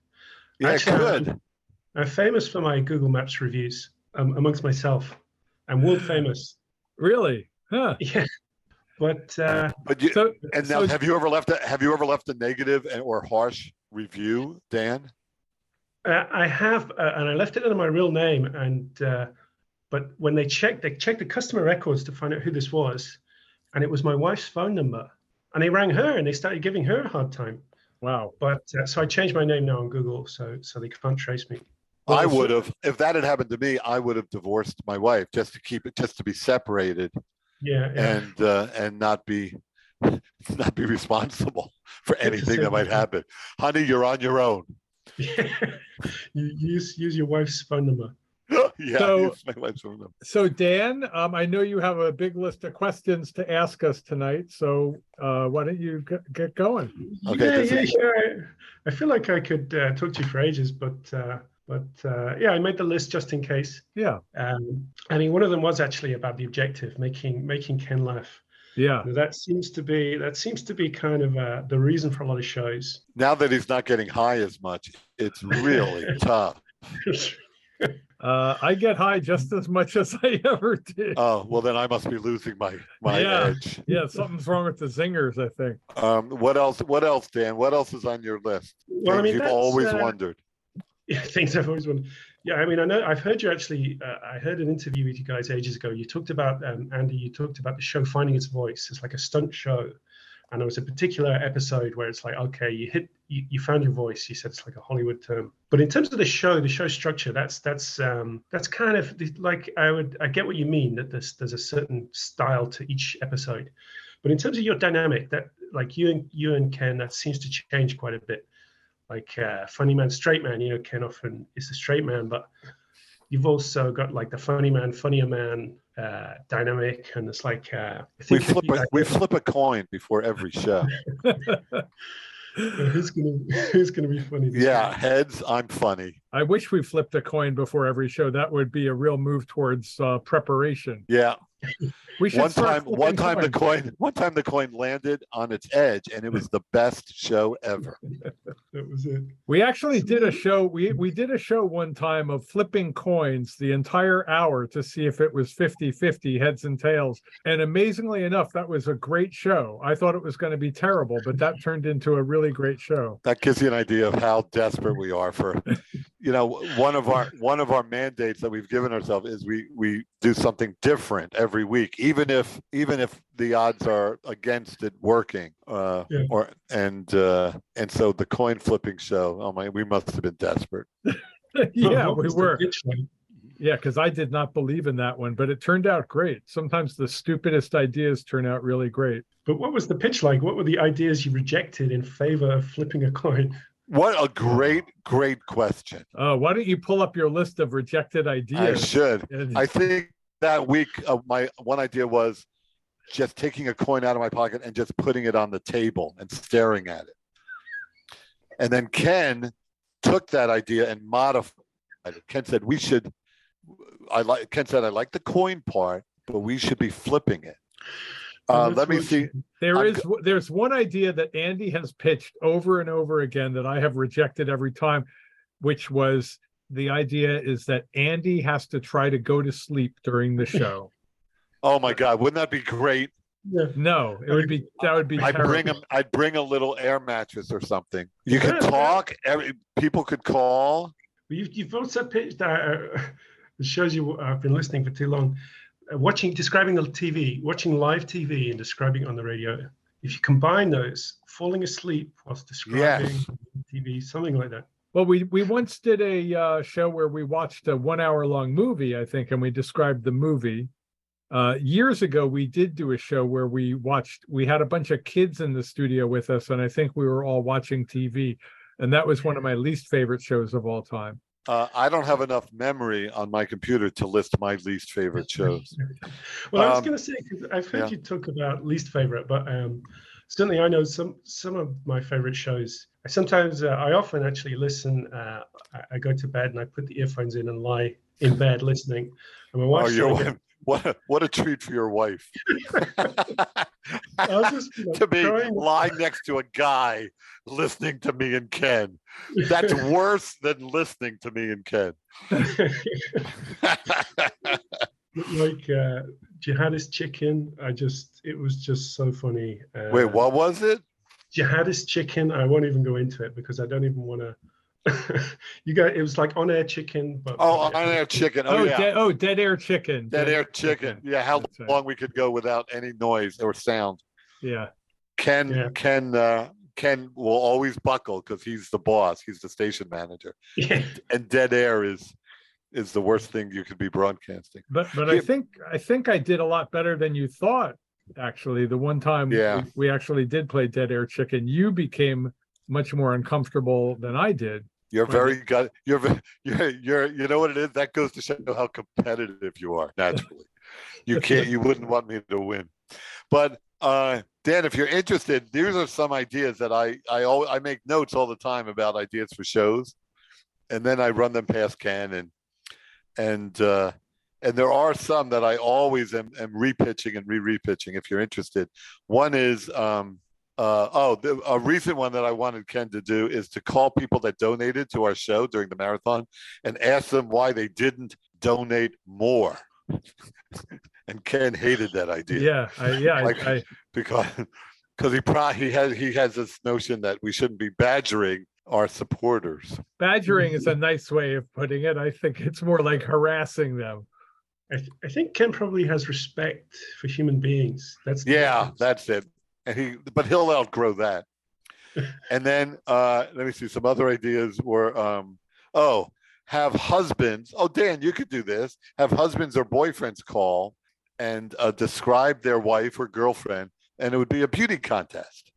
Yeah,
Actually,
good.
I'm famous for my Google Maps reviews um, amongst myself. I'm world famous.
Really? Huh.
Yeah, but uh,
But you
So
and now
so-
have you ever left a have you ever left a negative and, or harsh review, Dan?
Uh, I have, uh, and I left it under my real name. And uh, but when they checked, they checked the customer records to find out who this was, and it was my wife's phone number. And they rang her, and they started giving her a hard time.
wow.
But uh, so I changed my name now on Google, so so they can't trace me.
Well,
I
so-
would have if that had happened to me. I would have divorced my wife just to keep it just to be separated
Yeah, yeah.
and uh, and not be not be responsible for anything that might happen. Honey, you're on your own.
you use use your wife's phone number.
yeah,
So-
it's my wife's phone number.
So Dan, um, I know you have a big list of questions to ask us tonight. So uh, why don't you g- get going?
Okay,
yeah,
this
yeah,
is-
yeah. I feel like I could uh, talk to you for ages, but uh, but uh, yeah, I made the list just in case.
Yeah.
Um, I mean, one of them was actually about the objective, making making Ken laugh.
Yeah.
That seems to be that seems to be kind of uh, the reason for a lot of shows.
now that he's not getting high as much, it's really tough.
Uh, I get high just as much as I ever did.
Oh, well, then I must be losing my my
Yeah.
edge.
yeah, something's wrong with the zingers. I think.
Um, what else? What else, Dan? What else is on your list?
Well, I
Things
mean,
you've
that's,
always
uh,
wondered.
Yeah, things I've always wondered. Yeah, I mean, I know I've heard you actually. Uh, I heard an interview with you guys ages ago. You talked about um, Andy. You talked about the show finding its voice. It's like a stunt show, and there was a particular episode where it's like, okay, you hit, you, you found your voice. You said it's like a Hollywood term. But in terms of the show, the show structure, that's that's um, that's kind of the- like I would I get what you mean that there's there's a certain style to each episode, but in terms of your dynamic, that like you and you and Ken, that seems to change quite a bit like uh, funny man, straight man. You know, Ken often is the straight man, but you've also got like the funny man, funnier man uh, dynamic, and it's like uh, I
We
think that
flip
you
a, we flip a coin before every show.
guys- who's gonna who's gonna be funny? this
Yeah,
week?
heads. I'm funny.
I wish we flipped a coin before every show. That would be a real move towards uh, preparation.
Yeah.
We should
One
start
time,
flipping
one time the
coins.
coin, one time the coin landed on its edge, and it was the best show ever.
that was it.
We actually did a show. We we did a show one time of flipping coins the entire hour to see if it was 50-50 heads and tails. And amazingly enough, that was a great show. I thought it was going to be terrible, but that turned into a really great show.
That gives you an idea of how desperate we are for, you know, one of our one of our mandates that we've given ourselves is we we do something different every week, even if even if the odds are against it working, uh,
Yeah.
or and uh, and so the coin flipping show. Oh my, we must have been desperate.
yeah,
What
we
was the
were.
pitch like?
Yeah, because I did not believe in that one, but it turned out great. Sometimes the stupidest ideas turn out really great.
But what was the pitch like? What were the ideas you rejected in favor of flipping a coin?
What a great great question.
Uh, why don't you pull up your list of rejected
I
ideas?
should.
and-
I think that week, uh, my one idea was just taking a coin out of my pocket and just putting it on the table and staring at it. And then Ken took that idea and modified it. Ken said we should. I like. Ken said I like the coin part, but we should be flipping it. Uh,
That's
let me
what-
see.
There
I'm
is w there's one idea that Andy has pitched over and over again that I have rejected every time, which was the idea is that Andy has to try to go to sleep during the show.
Oh my God, wouldn't that be great?
Yeah.
No, it would be that would be
I'd bring
terrible.
him. I'd bring a little air mattress or something. You could
Yeah.
talk. Every, people could call.
Well, You've, you've also pitched, uh, uh, it shows you uh, I've been listening for too long, uh, watching, describing the TV, watching live TV and describing on the radio. If you combine those, falling asleep whilst describing
Yes.
TV, something like that.
Well, we we once did a uh, show where we watched a one hour long movie, I think, and we described the movie. Uh, years ago, we did do a show where we watched. We had a bunch of kids in the studio with us, and I think we were all watching TV, and that was one of my least favorite shows of all time.
Uh, I don't have enough memory on my computer to list my least favorite shows.
Well, I was
Um,
going to say, 'cause I've heard
yeah.
you talk about least favorite, but um, certainly I know some some of my favorite shows. I sometimes, uh, I often actually listen. Uh, I, I go to bed and I put the earphones in and lie in bed listening. And
Oh,
my wife
your wife- what, a, what a treat for your wife.
I was just like,
to be
crying.
lying next to a guy listening to me and Ken. That's worse than listening to me and Ken.
looked like uh, jihadist chicken. I just, it was just so funny. Uh,
Wait, what was it?
Jihadist chicken. I won't even go into it because I don't even want to. you got it was like on air chicken, but
Oh, on air chicken. Oh,
Oh,
yeah.
dead, oh, dead air chicken.
Dead air chicken. Yeah, how
That's right.
long we could go without any noise or sound.
Yeah.
Ken
Yeah.
Ken uh, Ken will always buckle because he's the boss. He's the station manager,
yeah.
and dead air is is the worst thing you could be broadcasting.
But but I
Yeah.
think I think I did a lot better than you thought. Actually, the one time
Yeah.
we, we actually did play dead air chicken, you became much more uncomfortable than I did.
You're
Well,
very gut. You're ve- you're you're you know what it is. That goes to show how competitive you are naturally. you can't. You wouldn't want me to win, but. uh Dan, if you're interested, these are some ideas that I I always, I make notes all the time about ideas for shows, and then I run them past Ken and and uh, and there are some that I always am, am repitching and re-repitching. If you're interested, one is um, Uh, oh, the, a recent one that I wanted Ken to do is to call people that donated to our show during the marathon and ask them why they didn't donate more. and Ken hated that idea
Yeah, I, yeah, I-
Like-
I,
because because he pro- he has he has this notion that we shouldn't be badgering our supporters.
badgering is a nice way of putting it. I think it's more like harassing them.
I, th- I think Ken probably has respect for human beings. That's the
Yeah,
difference.
that's it. And he, but he'll outgrow that. and then uh, let me see. Some other ideas were, um, oh, have husbands. Oh, Dan, you could do this. Have husbands or boyfriends call and uh, describe their wife or girlfriend, and it would be a beauty contest.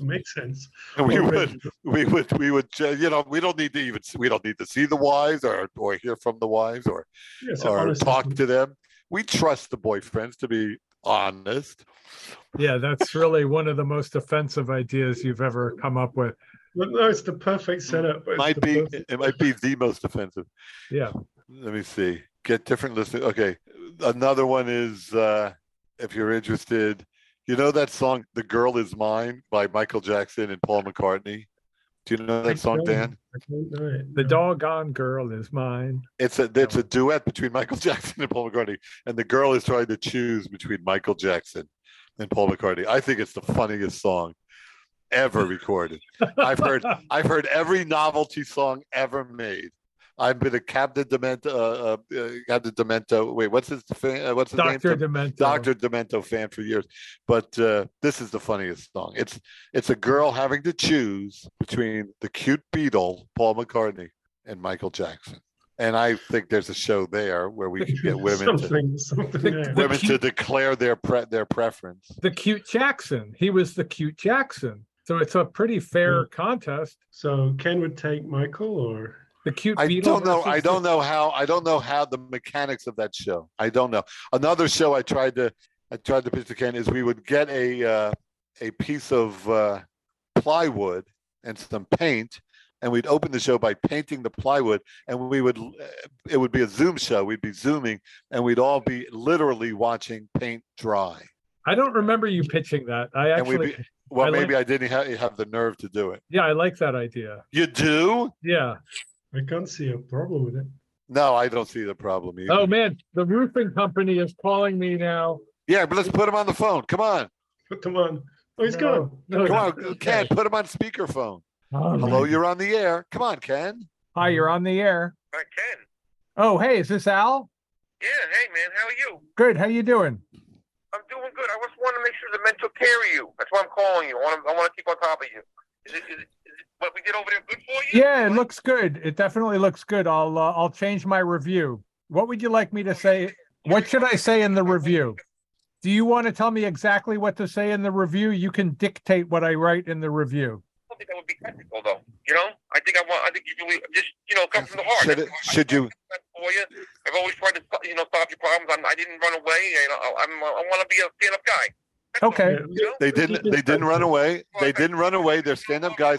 makes sense.
And we
Or
would, we would, we would. ju- You know, we don't need to even. We don't need to see the wives or or hear from the wives or
yeah, so
or
honestly,
talk to them. We trust the boyfriends to be honest.
Yeah, that's really one of the most offensive ideas you've ever come up with.
Well, no, it's the perfect setup. It's
might
the
be
perfect-
it might be the most offensive.
Yeah.
Let me see. Get different listeners. Okay. Another one is uh if you're interested, you know that song The Girl Is Mine by Michael Jackson and Paul McCartney? Do you know
I
that song,
don't-
Dan?
I don't know it.
The
no.
doggone girl is mine.
It's a it's a duet between Michael Jackson and Paul McCartney, and the girl is trying to choose between Michael Jackson and Paul McCartney. I think it's the funniest song ever recorded. I've heard I've heard every novelty song ever made. I've been a Captain Demento. Uh, uh, Captain Demento. Wait, what's his? Fan, uh, what's his
Doctor
name?
Demento.
Doctor Demento fan for years, but uh, this is the funniest song. It's it's a girl having to choose between the cute beetle Paul McCartney and Michael Jackson, and I think there's a show there where we can get women to,
something, something.
The-
there.
women to declare their pre- their preference.
The cute Jackson. He was the cute Jackson. So it's a pretty fair
Hmm.
contest.
So Ken would take Michael, or
The cute.
I
Beetle
don't know. I
versus
don't
the-
know how. I don't know how the mechanics of that show. I don't know. Another show I tried to, I tried to pitch to Ken is we would get a uh, a piece of uh, plywood and some paint, and we'd open the show by painting the plywood, and we would. uh, It would be a Zoom show. We'd be zooming, and we'd all be literally watching paint dry.
I don't remember you pitching that. I
And we'd
actually.
be- Well,
I like-
maybe I didn't ha- have the nerve to do it.
yeah, I like that idea.
You do?
Yeah.
I can't see a problem with it.
No, I don't see the problem either.
Oh man, the roofing company is calling me now.
Yeah, but let's put him on the phone. Come on.
Put them on. Oh, he's
No,
gone.
no,
Come
no.
on, Ken, put him on speakerphone.
Oh,
Hello, you're on the air. Come on, Ken.
Hi, you're on the air.
I can.
Oh, hey, is this Al?
Yeah, hey man, how are you?
Good. How you doing?
I'm doing good. I just want to make sure the mental care of you. That's why I'm calling you. I want to, I want to keep on top of you. Is it, is it, is it what we did over there good for you?
Yeah, it looks good. It definitely looks good. I'll uh, I'll change my review. What would you like me to say? What should I say in the review? Do you want to tell me exactly what to say in the review? You can dictate what I write in the review.
I don't think that would be ethical though. You know, I think I want. I think you really just you know come from the heart.
Should it- should you-
That's for you? I've always tried to you know solve your problems. I'm, I didn't run away. You know, I- I'm I want to be a stand up guy. That's all,
Okay.
You know?
They didn't. They didn't run away. They didn't run away. They're stand-up guys.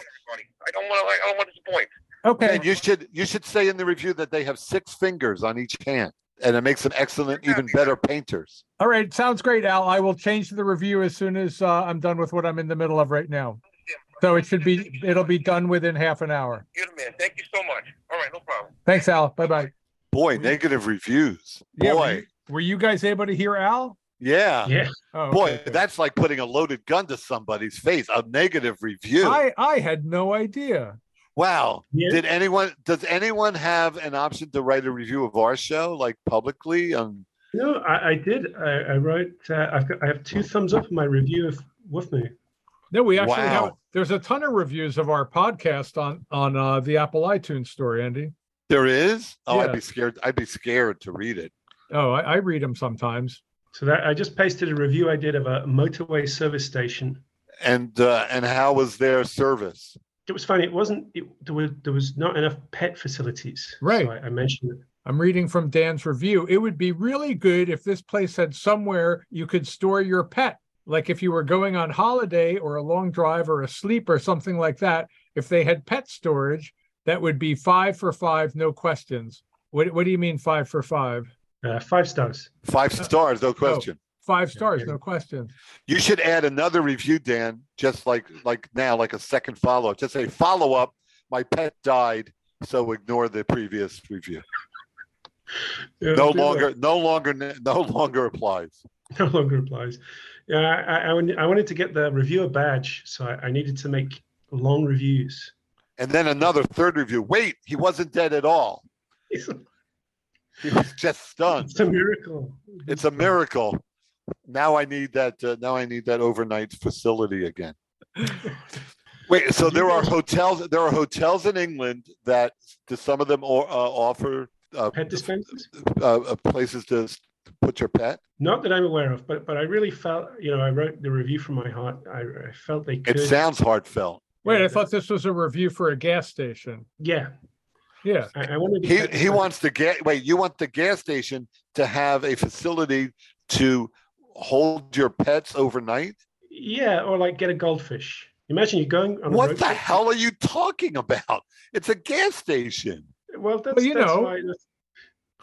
I don't want to. I don't want to disappoint.
Okay.
And you should. You should say in the review that they have six fingers on each hand, and it makes them excellent, even better painters.
All right. Sounds great, Al. I will change the review as soon as uh, I'm done with what I'm in the middle of right now. So it should be it'll be done within half an hour.
You're the man. Thank you so much. All right, no problem.
Thanks, Al. Bye bye.
Boy, negative reviews.
Yeah, were
Boy,
you- were you guys able to hear Al?
yeah.
Yeah.
Oh,
Boy,
okay.
that's like putting a loaded gun to somebody's face. A negative review.
I I had no idea.
Wow.
Yeah.
Did anyone? Does anyone have an option to write a review of our show, like publicly? Um.
No, I, I did. I, I wrote. Uh, I've got, I have two thumbs up in my review of Wolfmoo.
No, we actually have.
Wow.
There's a ton of reviews of our podcast on on uh, the Apple iTunes store, Andy.
There is. Oh,
Yeah.
I'd be scared. I'd be scared to read it.
Oh, I, I read them sometimes.
So that I just pasted a review I did of a motorway service station.
and uh, and how was their service?
It was funny. It wasn't. It, there was there was not enough pet facilities.
Right.
So I, I mentioned it.
I'm reading from Dan's review. It would be really good if this place had somewhere you could store your pet. Like if you were going on holiday or a long drive or a sleep or something like that, if they had pet storage, that would be five for five, no questions. What, what do you mean five for five?
Uh, five stars.
Five stars, no question.
Five stars, no question.
You should add another review, Dan, just like like now, like a second follow up. Just say follow up. My pet died, so ignore the previous review.
Yeah,
No
do that.
longer, no longer, no longer applies.
no longer applies. Yeah, I, I- I, wan- I wanted to get the reviewer badge, so I, I needed to make long reviews.
And then another third review. Wait, he wasn't dead at all.
It's,
He was just stunned.
a miracle.
It's a miracle. Now I need that. Uh, now I need that overnight facility again. Wait, so there are hotels. There are hotels in England that, do some of them or, uh, offer uh,
Pet dispensers?
uh, uh, places to s- to put your pet?
Not that I'm aware of, but but I really felt, you know, I wrote the review from my heart. I, I felt they could.
It sounds heartfelt.
Wait, I thought this was a review for a gas station.
yeah,
Yeah.
I, I wanted. to
He
get-
he wants the gas. Wait, you want the gas station to have a facility to hold your pets overnight?
Yeah, or like get a goldfish. Imagine you're going on. a
What
road
the
trip.
hell are you talking about? It's a gas station.
Well, that's,
you
that's
know.
why- that's-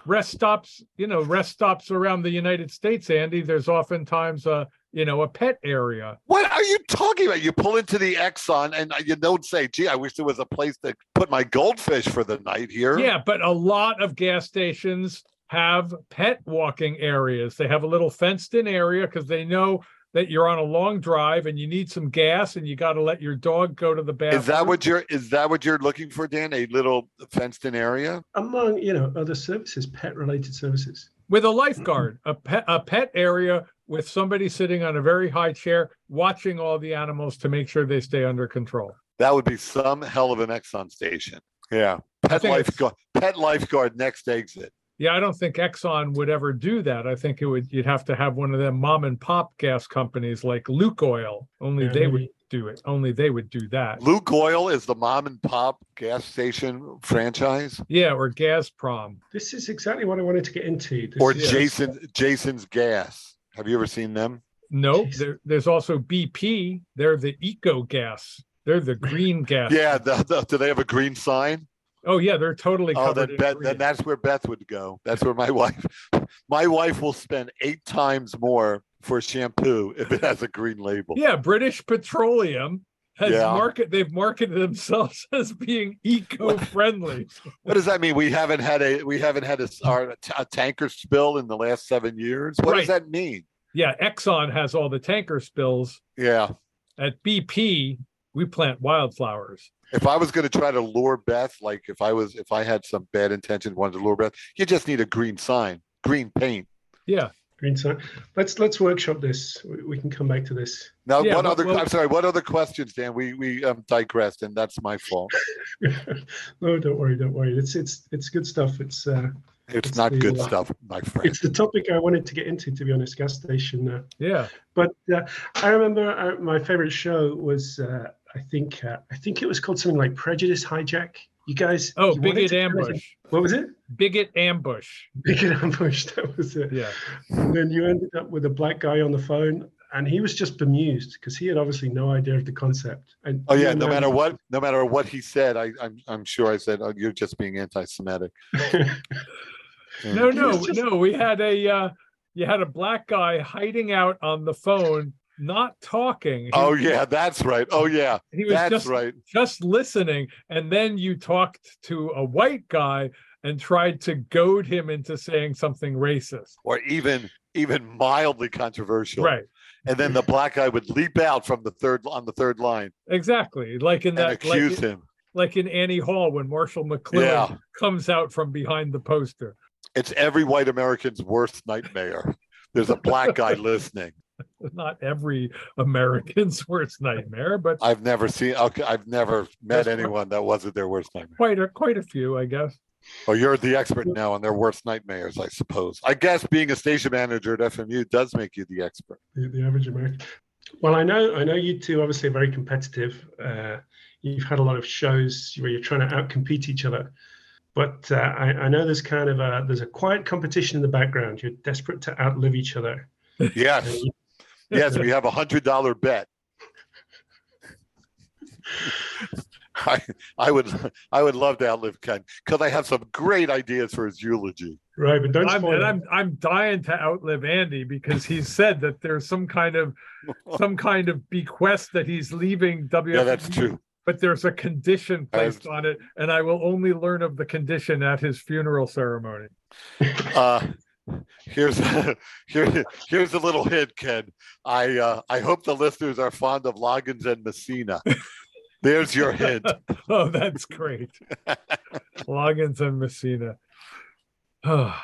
Rest stops, you know, rest stops around the United States, Andy. There's oftentimes a, you know, a pet area.
What are you talking about? You pull into the Exxon and uh, you don't say, gee, I wish there was a place to put my goldfish for the night here.
Yeah, but a lot of gas stations have pet walking areas. They have a little fenced in area because they know that you're on a long drive and you need some gas and you got to let your dog go to the bathroom.
Is that what you're is that what you're looking for, Dan? A little fenced in area?
among you know other services, pet related services.
with a lifeguard, a pet, a pet area with somebody sitting on a very high chair watching all the animals to make sure they stay under control.
That would be some hell of an Exxon station. Yeah. Pet
think it's-
lifeguard pet lifeguard next exit.
Yeah, I don't think Exxon would ever do that. I think it would you'd have to have one of them mom and pop gas companies like Luke Oil. Only
Yeah,
they would
maybe.
Mm-hmm.
do it. Only they would do that.
Luke Oil is the mom and pop gas station franchise.
Yeah, or Gazprom.
This is exactly what I wanted to get into. This
Or
is-
Jason Jason's gas. Have you ever seen them?
No,
Jeez.
there, there's also BP. They're the eco gas. They're the green gas.
Yeah. The, the, do they have a green sign?
Oh yeah, they're totally
Oh,
covered.
then
in
Beth,
green.
then that's where Beth would go. That's where my wife. My wife will spend eight times more for shampoo if it has a green label.
Yeah, British Petroleum has
Yeah.
market they've marketed themselves as being eco-friendly.
What does that mean? We haven't had a we haven't had a, s- our, a t- a tanker spill in the last seven years. What does
Right.
that mean?
yeah, Exxon has all the tanker spills.
Yeah.
At BP, we plant wildflowers.
If I was going to try to lure Beth, like if I was if I had some bad intention, wanted to lure Beth, you just need a green sign, green paint.
Yeah.
Green sign. Let's let's workshop this. We, we can come back to this.
Now,
Yeah,
what
well-
other?
well-
I'm sorry. What other questions, Dan? We we um, digressed, and that's my fault.
no, don't worry, don't worry. It's it's it's good stuff. It's uh,
It's,
It's
not
the,
good
uh,
stuff, my friend.
it's the topic I wanted to get into. To be honest, gas station. Uh,
Yeah.
but uh, I remember uh, my favorite show was uh, I think uh, I think it was called something like Prejudice Hijack. You guys.
Oh,
you wanted
bigot
to-
ambush.
What was it?
Bigot ambush.
Bigot ambush. That was it.
Yeah.
And then you ended up with a black guy on the phone, and he was just bemused because he had obviously no idea of the concept. And
Oh
you
yeah, no
know-
matter what, no matter what he said, I, I'm I'm sure I said oh, you're just being anti-Semitic. And-
No, no,
just-
no. We had a uh you had a black guy hiding out on the phone, not talking. He,
Oh yeah, that's right. Oh yeah,
he was
that's
just
right.
just listening and then you talked to a white guy and tried to goad him into saying something racist
Or even even mildly controversial.
right
And then the black guy would leap out from the third on the third line
exactly like in
and
that like,
accuse
in-
him.
like in annie hall when marshall mcluhan
Yeah.
comes out from behind the poster
It's every white American's worst nightmare. There's a black guy listening.
not every american's worst nightmare but
I've never seen. okay, I've never met
That's right.
anyone that wasn't their worst nightmare.
quite a quite a few i guess
Well, you're the expert now on their worst nightmares, I suppose. I guess being a station manager at FMU does make you the expert.
the, the average American. Well, I know, I know you two obviously are very competitive. Uh, you've had a lot of shows where you're trying to outcompete each other, but uh, I, I know there's kind of a there's a quiet competition in the background. You're desperate to outlive each other.
Yes. yes, we have a hundred dollar bet. I, I would I would love to outlive Ken because I have some great ideas for his eulogy.
Right, but don't
I'm,
spoil
and
it.
I'm I'm dying to outlive Andy because he said that there's some kind of some kind of bequest that he's leaving WFU.
Yeah, that's true.
But there's a condition
That is-
placed on it, and I will only learn of the condition at his funeral ceremony.
Uh, here's here, here's a little hint, Ken. I uh, I hope the listeners are fond of Loggins and Messina. There's your hint.
Oh, that's great. Loggins and Messina. Oh,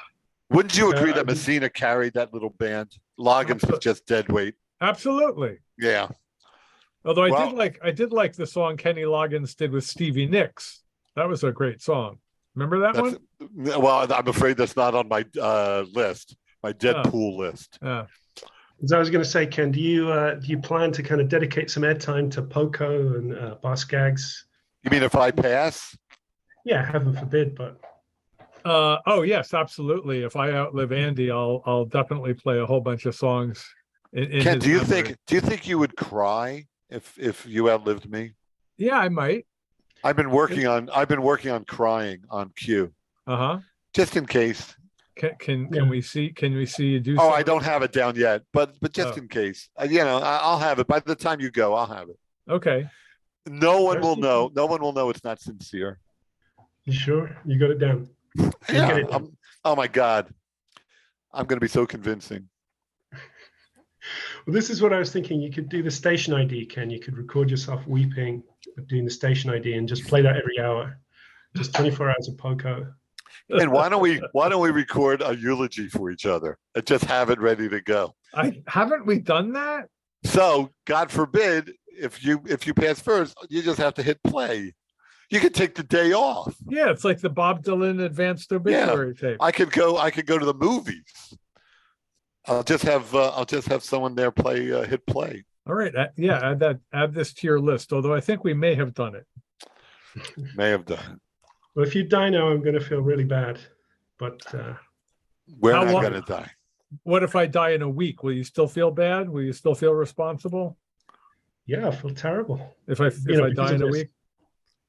Wouldn't you agree
Uh,
that Messina carried that little band? Loggins was just dead weight.
absolutely.
Yeah.
Although I
Well-
did like I did like the song Kenny Loggins did with Stevie Nicks. That was a great song. Remember that
That's,
one?
well, I'm afraid that's not on my uh, list, my
Oh.
Deadpool list.
Yeah.
As I was going to say, Ken, do you uh, do you plan to kind of dedicate some airtime to Poco and uh, Boss Gags?
You mean if I pass?
Yeah, heaven forbid, but
Uh, oh yes, absolutely. If I outlive Andy, I'll I'll definitely play a whole bunch of songs. In, in
Ken,
his
do you
memory.
think do you think you would cry if if you outlived me?
Yeah, I might.
I've been working on I've been working on crying on cue
Uh huh.
just in case.
Can can
Yeah.
can we see? Can we see you do?
Oh, I
something?
don't have it down yet, but but just
Oh.
in case, Uh, you know, I, I'll have it by the time you go. I'll have it.
Okay.
No one will know. No one will know it's not sincere.
you sure you got it down? You
Yeah.
get it.
I'm- oh my God, I'm going to be so convincing.
Well, this is what I was thinking. You could do the station ID, Ken. You could record yourself weeping, but doing the station ID, and just play that every hour, just 24 hours of Poco.
And why don't we why don't we record a eulogy for each other and just have it ready to go?
I haven't we done that?
So God forbid if you if you pass first, you just have to hit play. You could take the day off.
Yeah, it's like the Bob Dylan advanced obituary tape.
I could go. I could go to the movies. I'll just have uh, I'll just have someone there play uh, hit play.
All right. uh, yeah, add that. Add this to your list. Although I think we may have done it.
May have done.
Well, if you die now, I'm going to feel really bad. But uh,
We're
How
not
long-
gonna die.
What if I die in a week? Will you still feel bad? Will you still feel responsible
yeah, I feel terrible.
if I if
You know,
I
because
die
of
in a
this.
week?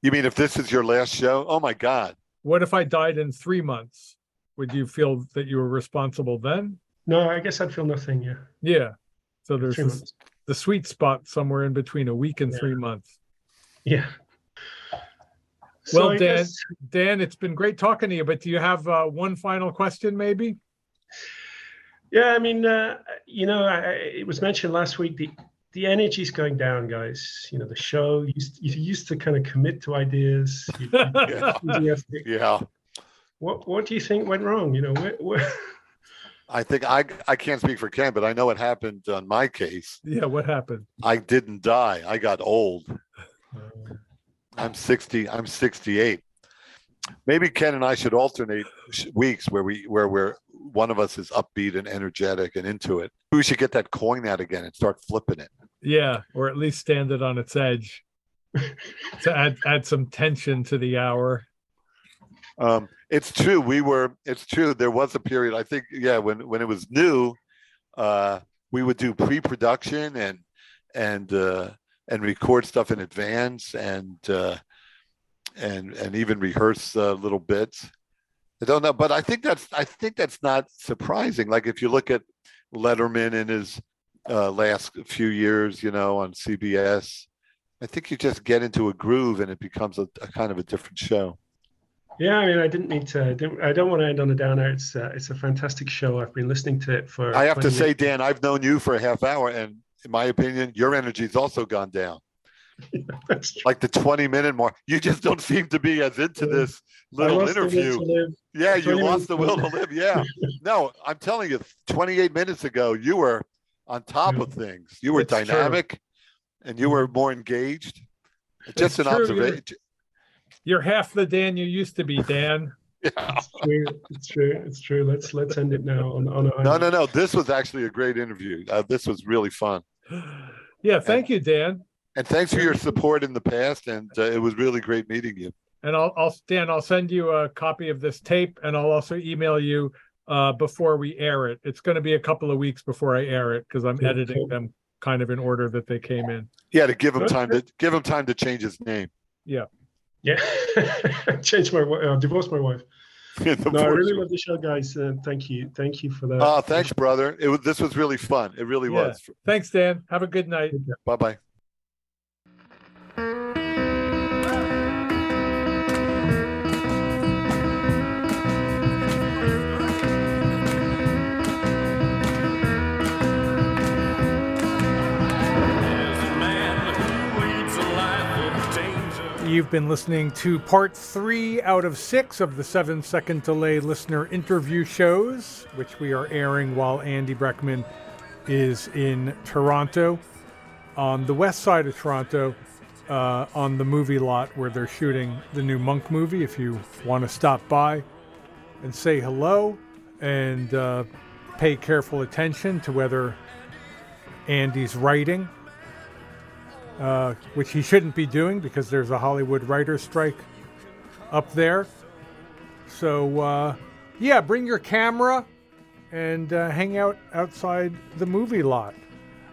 You mean if this is your last show? Oh my God!
What if I died in three months? Would you feel that you were responsible then?
No, I guess I'd feel nothing. Yeah,
Yeah. So there's
three
this,
months.
the sweet spot somewhere in between a week and
Yeah.
three months.
Yeah.
Well,
I
Dan-
guess-
Dan, it's been great talking to you, but do you have uh, one final question, maybe?
Yeah, I mean, uh, you know, I, I- it was mentioned last week the the energy's going down, guys. You know, the show you used, you used to kind of commit to ideas. you- you'd be enthusiastic.
Yeah,
what what do you think went wrong? You know, where, where,
I think I I can't speak for Ken, but I know what happened on my case.
yeah. What happened?
I didn't die. I got old.
Uh,
I'm 60. I'm 68. Maybe Ken and I should alternate sh- weeks where we where we're one of us is upbeat and energetic and into it. We should get that coin out again and start flipping it.
Yeah, or at least stand it on its edge to add add some tension to the hour.
Um, it's true. We were. It's true. There was a period. I think. Yeah. When when it was new, uh, we would do pre-production and and uh, and record stuff in advance and uh, and and even rehearse uh, little bits. I don't know, but I think that's I think that's not surprising. Like if you look at Letterman in his uh, last few years, you know, on CBS, I think you just get into a groove and it becomes a, a kind of a different show.
yeah, I mean, I didn't need to. I, didn't, I don't want to end on a downer. It's uh, it's a fantastic show. I've been listening to it for.
I have to
20
say, Dan, I've known you for a half hour, and in my opinion, your energy's also gone down.
That's true.
Like the 20 minute mark, you just don't seem to be as into
Yeah.
this
I
little
lost the will to
interview.
live.
Yeah, you
20
lost the will to
minutes.
live. Yeah. No, I'm telling you, 28 minutes ago, you were on top
Yeah. Mm-hmm.
of things. You were
It's true.
dynamic and you were more engaged.
It's
Just an
true, you're-
observation.
You're half the Dan you used to be, Dan.
It's true. It's true. It's true. Let's let's end it now on on a high
No,
note.
no, no. This was actually a great interview. Uh, this was really fun.
Yeah, thank you, Dan.
And thanks for your support in the past. And uh, it was really great meeting you.
And I'll, I'll Dan, I'll send you a copy of this tape, and I'll also email you uh, before we air it. It's going to be a couple of weeks before I air it because I'm
Yeah,
editing
cool.
them kind of in order that they came in.
Yeah, to give him
Okay.
time to give him time to change his name.
Yeah, changed my wife. Uh, divorced my wife.
The
No, I
voice.
really love the show, guys. Uh, thank you, thank you for that.
Oh, thanks, brother. It was, this was really fun. It really
Yeah.
was.
Thanks, Dan. Have a good night.
Bye bye.
You've been listening to part three out of six of the seven second delay listener interview shows, which we are airing while Andy Breckman is in Toronto, on the west side of Toronto, uh, on the movie lot where they're shooting the new Monk movie. If you want to stop by and say hello and uh, pay careful attention to whether Andy's writing uh, which he shouldn't be doing because there's a Hollywood writer's strike up there. So, uh, yeah, bring your camera and uh, hang out outside the movie lot.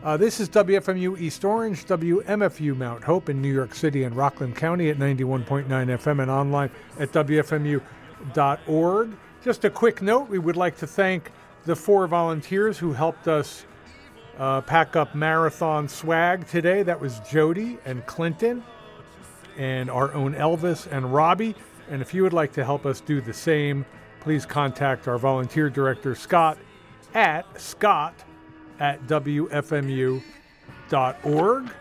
Uh, this is WFMU East Orange, WMFU Mount Hope in New York City and Rockland County at 91.9 FM and online at WFMU.org. Just a quick note we would like to thank the four volunteers who helped us uh, pack up marathon swag today. That was Jody and Clinton, and our own Elvis and Robbie. And if you would like to help us do the same, please contact our volunteer director Scott at scott at wfmu.org.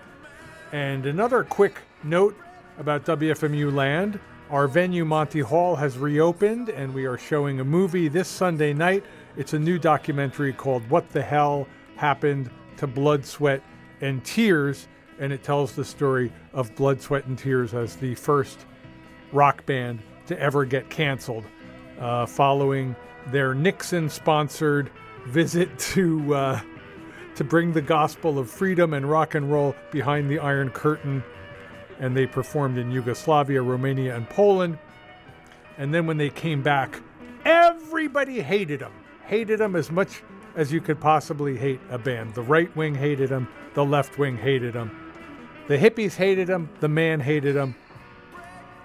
And another quick note about WFMU land. Our venue, Monty Hall, has reopened and we are showing a movie this Sunday night. It's a new documentary called What the Hell Happened to Blood, Sweat, and Tears. And it tells the story of Blood, Sweat, and Tears as the first rock band to ever get canceled uh, following their Nixon sponsored visit to. Uh, to bring the gospel of freedom and rock and roll behind the Iron Curtain. And they performed in Yugoslavia, Romania, and Poland. And then when they came back, everybody hated them. Hated them as much as you could possibly hate a band. The right wing hated them, the left wing hated them, the hippies hated them, the man hated them.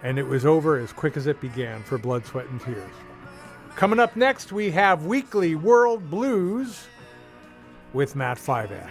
And it was over as quick as it began for blood, sweat, and tears. Coming up next, we have Weekly World Blues with Matt Fiveash.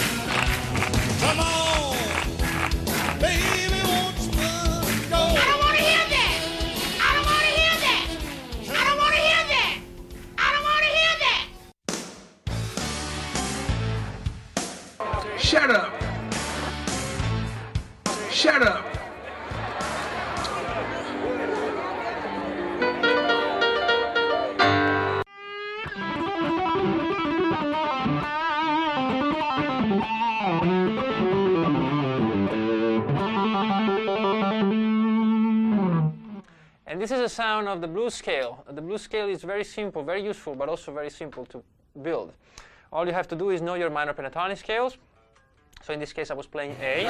Come on, baby, won't you go?
I don't want to hear that. I don't want to hear that. I don't want to hear that. I don't want to hear that.
Shut up. Shut up.
And this is a sound of the blues scale. The blues scale is very simple, very useful, but also very simple to build. All you have to do is know your minor pentatonic scales. So in this case, I was playing A.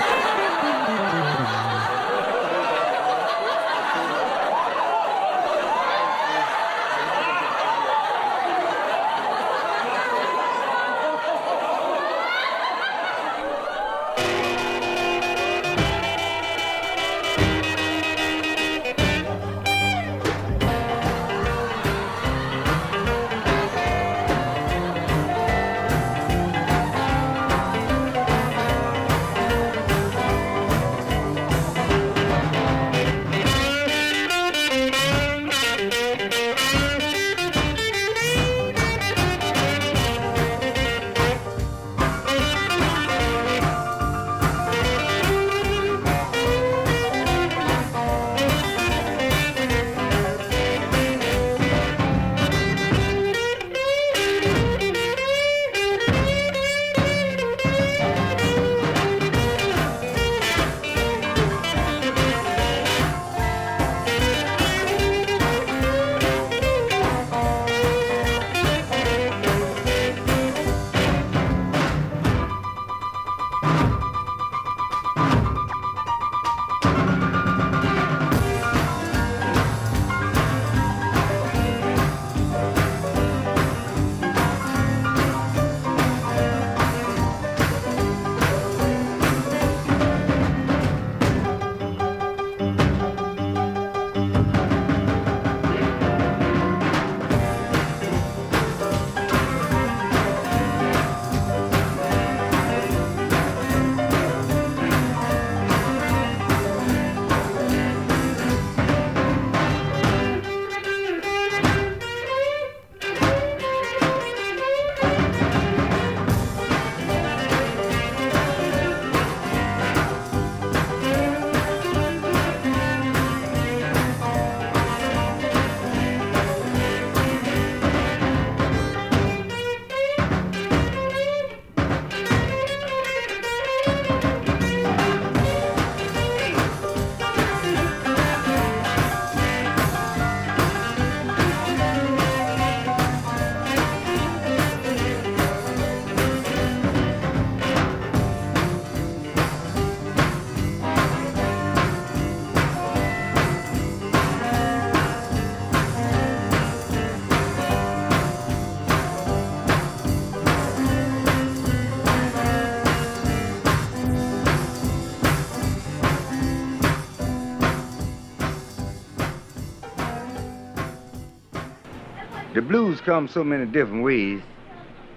The blues come so many different ways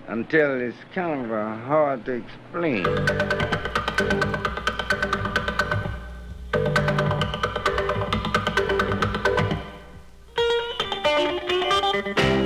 until it's kind of uh, hard to explain.
Thank you.